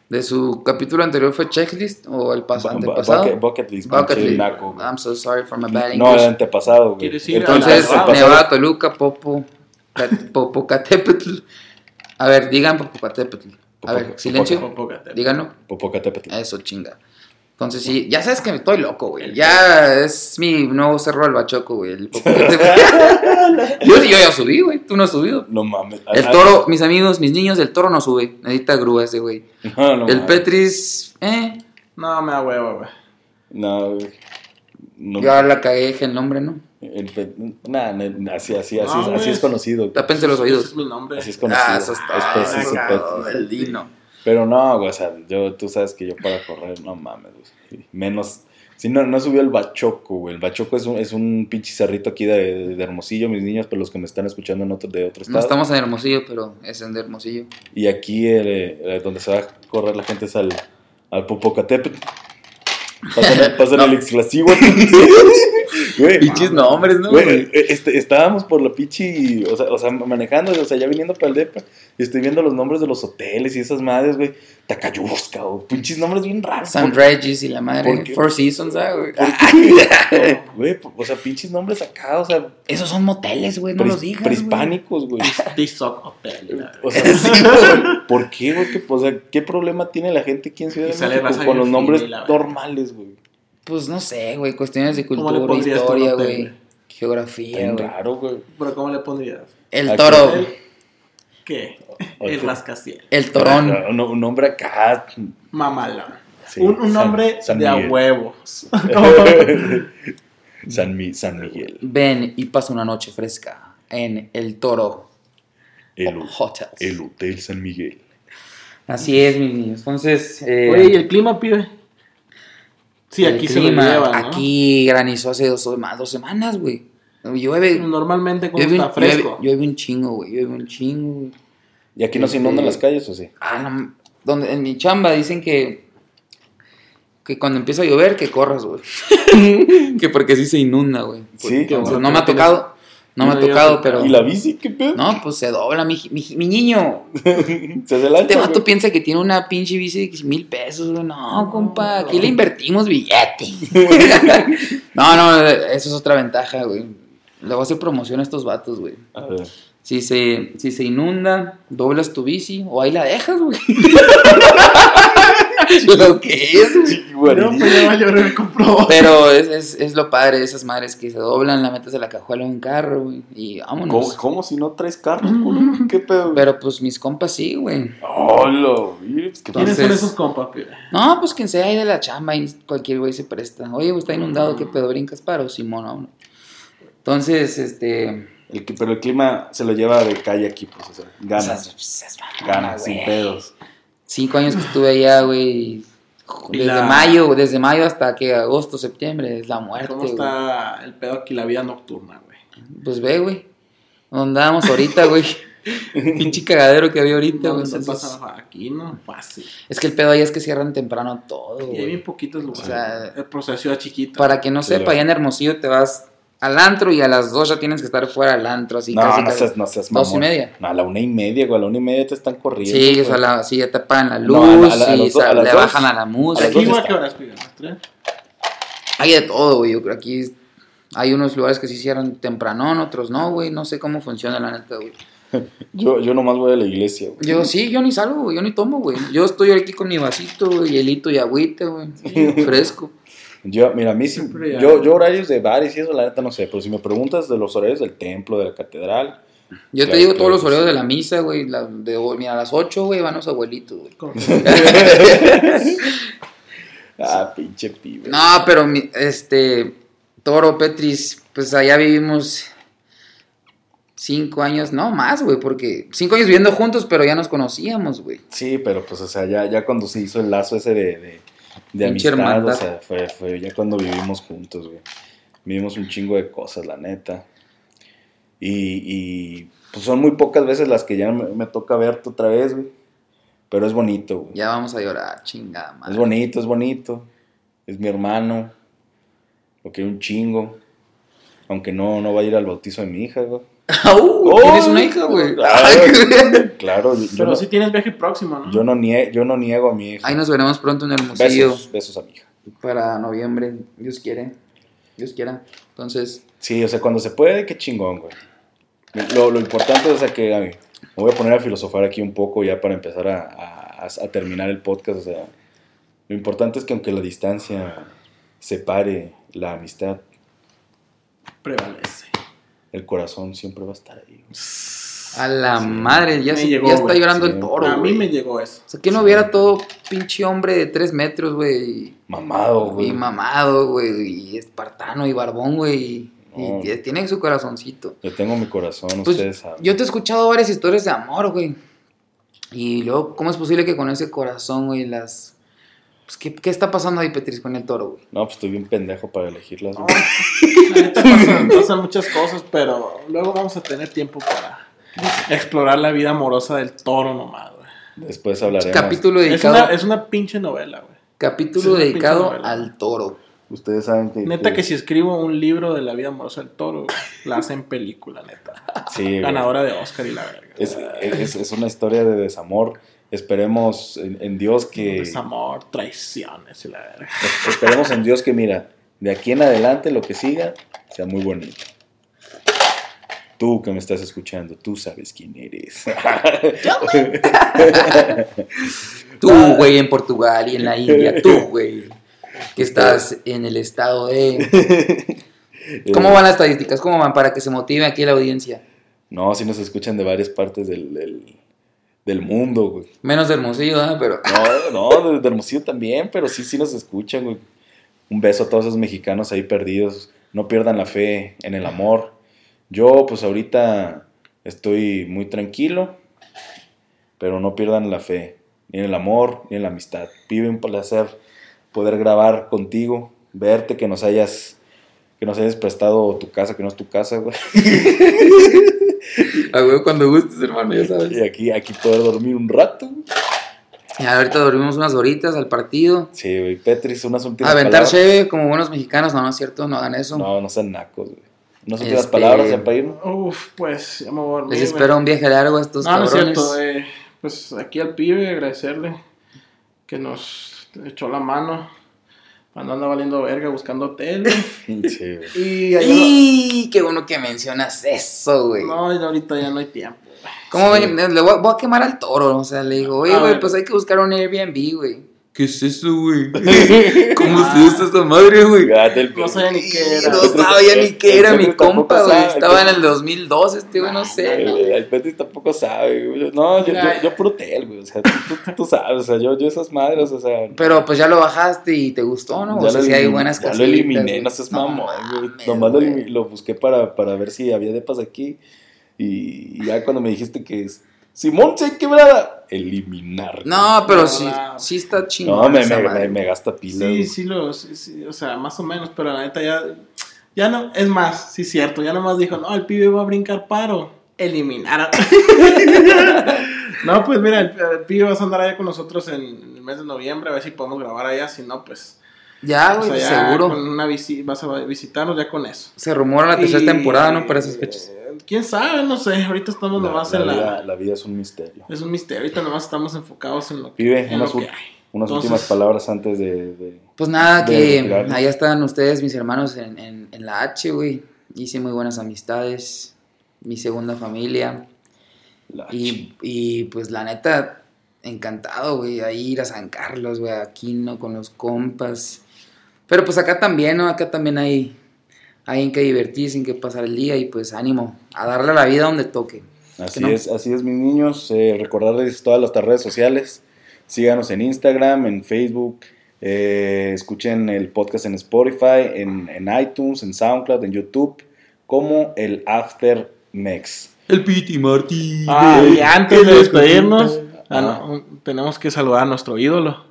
[SPEAKER 2] de su capítulo anterior fue checklist o el pas
[SPEAKER 1] bu- bu-
[SPEAKER 2] antepasado.
[SPEAKER 1] bucket- Bucket list.
[SPEAKER 2] Bucket
[SPEAKER 1] pinche
[SPEAKER 2] list.
[SPEAKER 1] naco, güey.
[SPEAKER 2] I'm so sorry for my bad
[SPEAKER 1] No,
[SPEAKER 2] English.
[SPEAKER 1] el antepasado, güey.
[SPEAKER 3] ¿Quieres ir a-
[SPEAKER 2] Entonces,
[SPEAKER 3] Ah,
[SPEAKER 1] antepasado-
[SPEAKER 2] Nevada, Toluca, Popo, Cat- Popocatépetl. A ver, digan Popocatépetl. A ver,
[SPEAKER 1] Popoca-
[SPEAKER 2] silencio.
[SPEAKER 3] Popocatépetl.
[SPEAKER 2] Díganlo.
[SPEAKER 1] Pues, Popocatépetl.
[SPEAKER 2] Eso, chinga. Entonces, sí, ya sabes que estoy loco, güey. Ya es mi nuevo cerro al bachoco, güey. el Popocatépetl. yo, yo ya subí, güey. Tú no has subido.
[SPEAKER 1] No mames. Ah,
[SPEAKER 2] El
[SPEAKER 1] ah,
[SPEAKER 2] toro, mis amigos, mis niños, el toro no sube. Necesita grúa ese, güey.
[SPEAKER 1] No, no
[SPEAKER 2] El
[SPEAKER 1] mames.
[SPEAKER 2] Petris, eh.
[SPEAKER 3] No, me da hueva, güey.
[SPEAKER 1] No, güey. No.
[SPEAKER 2] Ya la cagué, dije el nombre, ¿no?
[SPEAKER 1] El pet... Nah, ne- así, así, así,
[SPEAKER 3] No,
[SPEAKER 1] es-
[SPEAKER 3] güey.
[SPEAKER 1] así es conocido.
[SPEAKER 2] Tápense los
[SPEAKER 3] Ese es
[SPEAKER 2] oídos.
[SPEAKER 3] mi nombre.
[SPEAKER 1] Así es conocido.
[SPEAKER 2] Ah, eso está.
[SPEAKER 1] Es pez,
[SPEAKER 2] ah,
[SPEAKER 1] es el
[SPEAKER 2] está,
[SPEAKER 1] pez.
[SPEAKER 2] el Dino.
[SPEAKER 1] Pero no, güey, o sea, yo, tú sabes que yo para correr, no mames, güey. Menos. Si no, no subió el Bachoco, güey. El Bachoco es un, es un pinche cerrito aquí de, de Hermosillo, mis niños, pero los que me están escuchando en otro, de otro
[SPEAKER 2] No
[SPEAKER 1] estado.
[SPEAKER 2] estamos en Hermosillo, pero es en Hermosillo.
[SPEAKER 1] Y aquí el- el- donde se va a correr la gente es al, al Popocatépetl. Pasan, pasan el Ixtlacihuatl. Güey,
[SPEAKER 2] Pinches nombres, ¿no?
[SPEAKER 1] Güey, eh, este, estábamos por la pichi, o sea, o sea, manejando, o sea, ya viniendo para el depa, y estoy viendo los nombres de los hoteles y esas madres, güey, Tacayusca, o pinches nombres bien raros.
[SPEAKER 2] San Regis y la
[SPEAKER 1] ¿Por qué?
[SPEAKER 2] madre. Four Seasons, ¿sabes, güey? Ah,
[SPEAKER 1] Güey, o sea, pinches nombres acá, o sea,
[SPEAKER 2] Esos son moteles, güey, no
[SPEAKER 1] pres-
[SPEAKER 2] los digas. güey.
[SPEAKER 1] prehispánicos, güey.
[SPEAKER 3] Tizoc Hotel. la verga.
[SPEAKER 1] O sea, ¿por qué, güey? ¿Qué, o sea, ¿qué problema tiene la gente aquí en Ciudad
[SPEAKER 3] Y
[SPEAKER 1] de
[SPEAKER 3] sale
[SPEAKER 1] México
[SPEAKER 3] raza
[SPEAKER 1] con los
[SPEAKER 3] bien
[SPEAKER 1] nombres
[SPEAKER 3] fina, la verdad.
[SPEAKER 1] normales, güey?
[SPEAKER 2] Pues no sé, güey, cuestiones de
[SPEAKER 3] ¿Cómo le
[SPEAKER 2] cultura,
[SPEAKER 3] pondrías tú un
[SPEAKER 2] historia,
[SPEAKER 3] hotel,
[SPEAKER 2] güey.
[SPEAKER 3] güey?
[SPEAKER 2] Geografía,
[SPEAKER 1] Bien
[SPEAKER 2] güey.
[SPEAKER 1] raro, güey.
[SPEAKER 3] Pero ¿cómo le pondrías?
[SPEAKER 2] El
[SPEAKER 1] Aquí.
[SPEAKER 2] toro,
[SPEAKER 3] ¿Qué?
[SPEAKER 1] Oye.
[SPEAKER 3] El rascacielos.
[SPEAKER 2] el torón.
[SPEAKER 1] Un, un nombre acá.
[SPEAKER 3] Mamalón.
[SPEAKER 1] sí,
[SPEAKER 3] un, un
[SPEAKER 1] San-
[SPEAKER 3] nombre
[SPEAKER 1] San
[SPEAKER 3] de a
[SPEAKER 1] Miguel.
[SPEAKER 3] huevos.
[SPEAKER 1] San, Mi- San Miguel.
[SPEAKER 2] Ven y pasa una noche fresca en el toro.
[SPEAKER 1] El,
[SPEAKER 2] Hotels.
[SPEAKER 1] el Hotel San Miguel.
[SPEAKER 2] Así es, mis niños. Entonces, eh,
[SPEAKER 3] Oye, ¿y el clima, pibe? Sí,
[SPEAKER 2] el
[SPEAKER 3] aquí
[SPEAKER 2] clima,
[SPEAKER 3] se lo lleva, ¿no?
[SPEAKER 2] Aquí granizó hace dos, más dos semanas, güey. Llueve.
[SPEAKER 3] Normalmente como
[SPEAKER 2] Llueve,
[SPEAKER 3] está
[SPEAKER 2] un- llueve,
[SPEAKER 3] fresco.
[SPEAKER 2] llueve un chingo, güey. Llueve un chingo. güey.
[SPEAKER 1] ¿Y aquí no se inundan las calles o sí?
[SPEAKER 2] Ah, no, donde, en mi chamba dicen que. Que cuando empieza a llover, que corras, güey. que porque sí se inunda, güey.
[SPEAKER 1] Sí,
[SPEAKER 2] Porque, pues,
[SPEAKER 1] cabrón.
[SPEAKER 2] no me ha tocado. No me ha
[SPEAKER 3] Yo- yo-
[SPEAKER 2] tocado, pero.
[SPEAKER 1] ¿Y la bici? ¿Qué pedo?
[SPEAKER 2] No, pues se dobla, mi, mi, mi niño.
[SPEAKER 1] Se adelanta.
[SPEAKER 2] Este
[SPEAKER 1] güey.
[SPEAKER 2] vato piensa que tiene una pinche bici de mil pesos, güey. No,
[SPEAKER 3] No,
[SPEAKER 2] compa, aquí
[SPEAKER 3] no.
[SPEAKER 2] le invertimos billete. no, no, eso es otra ventaja, güey. Le voy a hacer promoción a estos vatos, güey.
[SPEAKER 1] A ver.
[SPEAKER 2] Si se, si se inunda, doblas tu bici o ahí la dejas, güey. lo que es, güey.
[SPEAKER 1] Sí, güey,
[SPEAKER 3] No, pues ya va a llorar el comprobante.
[SPEAKER 2] Pero es, es, es lo padre de esas madres que se doblan, la metes a la cajuela de un carro, güey. Y
[SPEAKER 1] ¿Cómo,
[SPEAKER 2] vámonos.
[SPEAKER 1] cómo si no traes carro, culo? ¿Qué pedo? güey?
[SPEAKER 2] Pero pues mis compas sí, güey.
[SPEAKER 1] Hola, güey, ¿Qué
[SPEAKER 3] ¿Quiénes son
[SPEAKER 2] Entonces-
[SPEAKER 3] esos compas, pibe?
[SPEAKER 2] No, pues quien sea ahí de la chamba, ahí cualquier güey se presta. Oye, güey, está inundado, ¿qué pedo brincas paro? Simón, aún. Entonces, este.
[SPEAKER 1] El que- pero el clima se lo lleva de calle aquí, pues, o sea, ganas,
[SPEAKER 2] pues, esas- esas mamadas,
[SPEAKER 1] ganas,
[SPEAKER 2] Ah, güey.
[SPEAKER 1] sin pedos.
[SPEAKER 2] Cinco años que estuve allá, güey. y
[SPEAKER 3] Y
[SPEAKER 2] Desde
[SPEAKER 3] la-
[SPEAKER 2] mayo, desde mayo hasta que agosto, septiembre, es la muerte,
[SPEAKER 3] ¿Cómo
[SPEAKER 2] güey.
[SPEAKER 3] está el pedo aquí, la vida nocturna, güey?
[SPEAKER 2] Pues ve, güey. Donde andábamos ahorita, güey. Pinche cagadero que había ahorita, güey.
[SPEAKER 3] ¿Dónde se
[SPEAKER 2] Entonces,
[SPEAKER 3] pasa? Aquí no, fácil.
[SPEAKER 2] Es que el pedo ahí es que cierran temprano todo,
[SPEAKER 3] Y hay
[SPEAKER 2] güey.
[SPEAKER 3] bien poquitos
[SPEAKER 2] O
[SPEAKER 3] lugares.
[SPEAKER 2] sea,
[SPEAKER 3] el proceso era chiquito.
[SPEAKER 2] Para que no
[SPEAKER 1] Sí,
[SPEAKER 2] sepa,
[SPEAKER 1] lo-
[SPEAKER 2] allá en Hermosillo te vas al antro y a las 2 ya tienes que estar fuera del antro, así
[SPEAKER 1] no,
[SPEAKER 2] casi.
[SPEAKER 1] no
[SPEAKER 2] casi.
[SPEAKER 1] seas, no seas
[SPEAKER 2] Dos y
[SPEAKER 1] mamón.
[SPEAKER 2] media.
[SPEAKER 1] No, a la una y media, güey. A la una y media te están corriendo.
[SPEAKER 2] Sí, o
[SPEAKER 1] güey.
[SPEAKER 2] sea, la- sí, ya te apagan la luz
[SPEAKER 1] No, a la- a la- a
[SPEAKER 2] y
[SPEAKER 1] las do-
[SPEAKER 2] se-
[SPEAKER 1] a las
[SPEAKER 2] le
[SPEAKER 1] dos.
[SPEAKER 2] bajan a la
[SPEAKER 1] A las
[SPEAKER 2] música.
[SPEAKER 3] ¿Aquí
[SPEAKER 1] dos
[SPEAKER 3] igual
[SPEAKER 1] está.
[SPEAKER 3] qué horas pidan? ¿Las tres?
[SPEAKER 2] Hay de todo, güey. Yo creo que aquí es- hay unos lugares que sí cierran tempranón, otros no, güey. No sé cómo funciona la neta, güey.
[SPEAKER 1] Yo, yo nomás voy a la iglesia, güey.
[SPEAKER 2] Yo sí, yo ni salgo, güey. Yo ni tomo, güey. Yo estoy aquí con mi vasito, güey, hielito y agüita, güey. Fresco.
[SPEAKER 1] Yo, mira, a mí sí.
[SPEAKER 3] Siempre ya.
[SPEAKER 1] Yo, yo horarios de bares y eso, la neta no sé. Pero si me preguntas de los horarios del templo, de la catedral.
[SPEAKER 2] Yo te
[SPEAKER 1] Claro,
[SPEAKER 2] digo todos
[SPEAKER 1] claro
[SPEAKER 2] los
[SPEAKER 1] que
[SPEAKER 2] horarios
[SPEAKER 1] sí.
[SPEAKER 2] de la misa, güey. la- de- mira, a las 8, güey, van los abuelitos, güey.
[SPEAKER 3] Con-
[SPEAKER 1] Ah, pinche pibe.
[SPEAKER 2] No, pero mi- este Toro Petris, pues allá vivimos cinco años, no más, güey, porque cinco años viviendo juntos, pero ya nos conocíamos, güey.
[SPEAKER 1] Sí, pero pues, o sea, ya, ya cuando se hizo el lazo ese de, de, de
[SPEAKER 2] Pinche
[SPEAKER 1] amistad,
[SPEAKER 2] hermandad.
[SPEAKER 1] o sea, fue, fue ya cuando vivimos juntos, güey. Vivimos un chingo de cosas, la neta. Y, y pues son muy pocas veces las que ya me, me toca verte otra vez, güey. Pero es bonito, güey.
[SPEAKER 2] Ya vamos a llorar, chingada
[SPEAKER 1] Es
[SPEAKER 2] madre.
[SPEAKER 1] bonito, es bonito. Es mi hermano. Lo quiero un chingo. Aunque no, no va a ir al bautizo de mi hija, güey.
[SPEAKER 2] Au, tienes una hija, güey.
[SPEAKER 1] Oh, Claro, claro, yo,
[SPEAKER 3] Pero
[SPEAKER 1] no,
[SPEAKER 3] sí tienes viaje próximo, ¿no?
[SPEAKER 1] yo no nie- yo no niego a mi hija.
[SPEAKER 2] Ahí nos veremos pronto en el museo
[SPEAKER 1] besos, besos a mi hija.
[SPEAKER 2] para noviembre, Dios quiere. Dios quiera. Entonces,
[SPEAKER 1] Sí, o sea, cuando se puede, qué chingón, güey. Lo, lo importante es que, ay, me voy a poner a filosofar aquí un poco ya para empezar a, a- a terminar el podcast. O sea, lo importante es que aunque la distancia separe la amistad,
[SPEAKER 3] Prevalece.
[SPEAKER 1] el corazón siempre va a estar ahí. güey.
[SPEAKER 2] a la
[SPEAKER 1] Sí.
[SPEAKER 2] madre, ya,
[SPEAKER 3] Me
[SPEAKER 2] se-
[SPEAKER 3] llegó,
[SPEAKER 2] ya está
[SPEAKER 3] güey.
[SPEAKER 2] llorando
[SPEAKER 1] Sí.
[SPEAKER 2] el
[SPEAKER 3] A
[SPEAKER 2] toro,
[SPEAKER 3] mí
[SPEAKER 2] güey.
[SPEAKER 3] me llegó eso.
[SPEAKER 2] O sea, que no hubiera todo pinche hombre de tres metros, güey.
[SPEAKER 1] Mamado, güey.
[SPEAKER 2] Y mamado, güey, y espartano y barbón, güey. Y
[SPEAKER 1] No.
[SPEAKER 2] que tiene su corazoncito.
[SPEAKER 1] Yo tengo mi corazón,
[SPEAKER 2] Pues,
[SPEAKER 1] ustedes saben.
[SPEAKER 2] Yo te he escuchado varias historias de amor, güey. Y luego, ¿cómo es posible que con ese corazón, güey, las... Pues, ¿qué, qué está pasando ahí, Petris, con el toro, güey?
[SPEAKER 1] No, pues estoy bien pendejo para elegirlas.
[SPEAKER 3] No,
[SPEAKER 1] güey.
[SPEAKER 2] Ah,
[SPEAKER 3] la neta pasan, pasan muchas cosas, pero luego vamos a tener tiempo para explorar la vida amorosa del toro nomás, güey.
[SPEAKER 1] Después hablaremos.
[SPEAKER 2] Capítulo
[SPEAKER 3] Es
[SPEAKER 2] dedicado,
[SPEAKER 3] una, es una pinche novela, güey.
[SPEAKER 2] capítulo
[SPEAKER 3] es una
[SPEAKER 2] dedicado
[SPEAKER 3] pinche novela.
[SPEAKER 2] al toro.
[SPEAKER 1] Ustedes saben que.
[SPEAKER 3] Neta que si escribo un libro de la vida amorosa del toro, güey, la hacen película, neta.
[SPEAKER 1] Sí, güey.
[SPEAKER 3] Ganadora de Oscar y la verga.
[SPEAKER 1] Es, es- es una historia de desamor. Esperemos en, en Dios que.
[SPEAKER 3] Desamor, traiciones y la verga.
[SPEAKER 1] Esperemos en Dios que, mira, de aquí en adelante lo que siga sea muy bonito. Tú que me estás escuchando, tú sabes quién eres.
[SPEAKER 2] Tú, güey, en Portugal y en la India. Tú, güey, que estás en el estado de... ¿Cómo van las estadísticas? ¿Cómo van? Para que se motive aquí la audiencia.
[SPEAKER 1] No, si nos escuchan de varias partes del, del, del mundo, güey.
[SPEAKER 2] Menos de Hermosillo, ¿eh? Pero...
[SPEAKER 1] No, no, de, de Hermosillo también, pero sí, sí nos escuchan, güey. Un beso a todos esos mexicanos ahí perdidos. No pierdan la fe en el amor. Yo, pues ahorita estoy muy tranquilo, pero no pierdan la fe, ni en el amor, ni en la amistad. Vive un placer poder grabar contigo, verte, que nos hayas, que nos hayas prestado tu casa, que no es tu casa, güey.
[SPEAKER 2] Ah, güey, cuando gustes, hermano, ya sabes.
[SPEAKER 1] Y aquí, aquí poder dormir un rato.
[SPEAKER 2] Y ahorita dormimos unas horitas al partido.
[SPEAKER 1] Sí, güey. Petris, unas últimas
[SPEAKER 2] Aventar
[SPEAKER 1] palabras.
[SPEAKER 2] cheve como buenos mexicanos, no, no es cierto, no hagan eso.
[SPEAKER 1] No, no sean nacos, güey. Unas últimas
[SPEAKER 2] Este-
[SPEAKER 1] palabras ya para irnos.
[SPEAKER 3] Uf, pues ya me voy a
[SPEAKER 2] Les
[SPEAKER 3] dormir. güey.
[SPEAKER 2] espero un viaje largo a estos
[SPEAKER 3] No, no es
[SPEAKER 2] cabrones.
[SPEAKER 3] cierto. eh, pues aquí al pibe agradecerle que nos echó la mano. Cuando anda valiendo verga buscando hotel. güey.
[SPEAKER 1] Sí, güey.
[SPEAKER 3] y allá
[SPEAKER 2] Y qué bueno que mencionas eso, güey.
[SPEAKER 3] no, no, ahorita ya no hay tiempo. güey.
[SPEAKER 2] ¿Cómo ven? Le voy a, voy a quemar al toro, o sea, le digo, oye,
[SPEAKER 3] A
[SPEAKER 2] güey,
[SPEAKER 3] ver.
[SPEAKER 2] pues hay que buscar un Airbnb, güey. ¿Qué es eso, güey? ¿Cómo se usa esa madre, güey?
[SPEAKER 1] Fíjate el-
[SPEAKER 3] No sabía ni qué era.
[SPEAKER 2] No sabía ni qué era
[SPEAKER 1] El
[SPEAKER 2] mi
[SPEAKER 1] Petris tampoco
[SPEAKER 2] compa, güey.
[SPEAKER 1] sabe.
[SPEAKER 2] Estaba en el 2002, este, güey, no sé.
[SPEAKER 1] El- El Petris tampoco sabe, güey. No, yo,
[SPEAKER 3] Mira.
[SPEAKER 1] yo, yo puro hotel, güey. O sea, tú, tú- tú sabes, o sea, yo, yo esas madres, o sea.
[SPEAKER 2] Pero pues ya lo bajaste y te gustó, ¿no? o
[SPEAKER 1] ya
[SPEAKER 2] sea,
[SPEAKER 1] lo
[SPEAKER 2] sí hay
[SPEAKER 1] elim-
[SPEAKER 2] buenas
[SPEAKER 1] ya
[SPEAKER 2] cosas.
[SPEAKER 1] lo eliminé, no seas mamón, güey. Nomás lo, elim- lo busqué para, para ver si había depas aquí. Y ya cuando me dijiste que es Simón se quebrada, eliminar.
[SPEAKER 2] No, pero
[SPEAKER 3] No,
[SPEAKER 2] sí,
[SPEAKER 3] no.
[SPEAKER 2] sí está
[SPEAKER 1] güey.
[SPEAKER 2] chingón.
[SPEAKER 1] No, me,
[SPEAKER 2] esa
[SPEAKER 1] me,
[SPEAKER 2] madre.
[SPEAKER 1] me, me gasta pila.
[SPEAKER 3] Sí,
[SPEAKER 1] güey.
[SPEAKER 3] sí, lo, sí, sí, o sea, más o menos, pero la neta ya, ya no, es más, sí cierto, ya nomás dijo, no, el pibe va a brincar paro, eliminar. a-". no, pues mira, el, el pibe vas a andar allá con nosotros en el mes de noviembre, a ver si podemos grabar allá, si no, pues
[SPEAKER 2] Ya,
[SPEAKER 3] O
[SPEAKER 2] güey,
[SPEAKER 3] sea, ya
[SPEAKER 2] seguro.
[SPEAKER 3] con una visi- vas a visitarnos ya con eso.
[SPEAKER 2] Se rumora la tercera
[SPEAKER 3] Y-
[SPEAKER 2] temporada, ¿no? Para esas fechas.
[SPEAKER 3] eh, ¿Quién sabe? No sé. Ahorita estamos
[SPEAKER 1] La,
[SPEAKER 3] nomás
[SPEAKER 1] la
[SPEAKER 3] en la...
[SPEAKER 1] vida, la vida es un misterio.
[SPEAKER 3] Es un misterio. Ahorita nomás estamos enfocados en lo que,
[SPEAKER 1] Pibe,
[SPEAKER 3] en
[SPEAKER 1] unas,
[SPEAKER 3] lo
[SPEAKER 1] ul-
[SPEAKER 3] que hay.
[SPEAKER 1] unas
[SPEAKER 3] Entonces-
[SPEAKER 1] últimas palabras antes de... de-
[SPEAKER 2] Pues nada,
[SPEAKER 1] De
[SPEAKER 2] que
[SPEAKER 1] retirarnos.
[SPEAKER 2] allá están ustedes, mis hermanos, en, en- en la H, güey. Hice muy buenas amistades. Mi segunda familia.
[SPEAKER 1] la-
[SPEAKER 2] Y, y, pues la neta, encantado, güey, a ir a San Carlos, güey, aquí, ¿no? Con los compas. Pero pues acá también, ¿no? Acá también hay, hay en que divertirse, en que pasar el día y pues ánimo, a darle a la vida donde toque.
[SPEAKER 1] Así
[SPEAKER 2] que no.
[SPEAKER 1] es, así es, mis niños. Eh, recordarles todas las redes sociales. Síganos en Instagram, en Facebook. eh, escuchen el podcast en Spotify, en, en iTunes, en SoundCloud, en YouTube, como el After Mex.
[SPEAKER 2] El Piti Martí.
[SPEAKER 3] Ah, y antes de despedirnos, ah,
[SPEAKER 1] Ah.
[SPEAKER 3] no, un- tenemos que saludar a nuestro ídolo.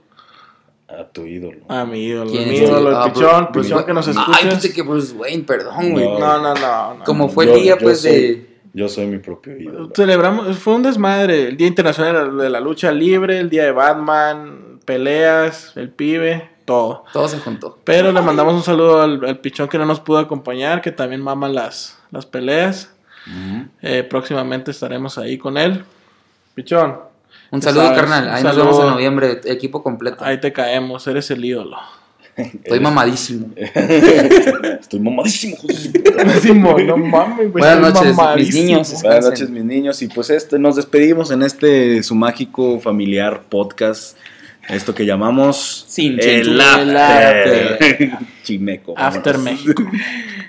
[SPEAKER 1] A tu ídolo.
[SPEAKER 2] Ah,
[SPEAKER 3] A mi ídolo.
[SPEAKER 2] ¿Quién
[SPEAKER 3] Mi
[SPEAKER 2] es tu
[SPEAKER 3] ídolo,
[SPEAKER 2] ídolo?
[SPEAKER 3] el
[SPEAKER 2] Ah,
[SPEAKER 3] pichón.
[SPEAKER 2] Bruce-
[SPEAKER 3] pichón que nos
[SPEAKER 2] Ay, pensé
[SPEAKER 3] escuches.
[SPEAKER 2] que Bruce Wayne, perdón, güey.
[SPEAKER 1] No.
[SPEAKER 3] No, no, no. no.
[SPEAKER 2] Como fue
[SPEAKER 1] Yo-
[SPEAKER 2] el día,
[SPEAKER 1] yo
[SPEAKER 2] pues,
[SPEAKER 1] soy-
[SPEAKER 2] de...
[SPEAKER 1] Yo soy mi propio ídolo.
[SPEAKER 3] Celebramos, fue un desmadre. El Día Internacional de la Lucha Libre, el Día de Batman, peleas, el pibe, todo.
[SPEAKER 2] Todo se juntó.
[SPEAKER 3] Pero le mandamos un saludo al, al pichón que no nos pudo acompañar, que también mama las, las peleas.
[SPEAKER 1] Ujú.
[SPEAKER 3] Eh, próximamente estaremos ahí con él. Pichón,
[SPEAKER 2] Un
[SPEAKER 3] Ya
[SPEAKER 2] saludo,
[SPEAKER 3] sabes,
[SPEAKER 2] carnal.
[SPEAKER 3] un
[SPEAKER 2] Ahí
[SPEAKER 3] saludo.
[SPEAKER 2] nos vemos en noviembre, equipo completo.
[SPEAKER 3] ahí te caemos, eres el ídolo.
[SPEAKER 2] Estoy mamadísimo.
[SPEAKER 1] Estoy mamadísimo, hijo de su puta.
[SPEAKER 3] Simón, no mames, güey.
[SPEAKER 2] Buenas
[SPEAKER 3] estoy
[SPEAKER 2] noches, mis
[SPEAKER 3] mamadísimo.
[SPEAKER 2] niños.
[SPEAKER 1] Buenas
[SPEAKER 2] Descansen.
[SPEAKER 1] noches, mis niños. Y pues este, nos despedimos en este su mágico familiar podcast. Esto que llamamos
[SPEAKER 2] Sin
[SPEAKER 1] el
[SPEAKER 2] censura.
[SPEAKER 1] after. Chimeco.
[SPEAKER 3] After
[SPEAKER 1] vámonos.
[SPEAKER 3] México.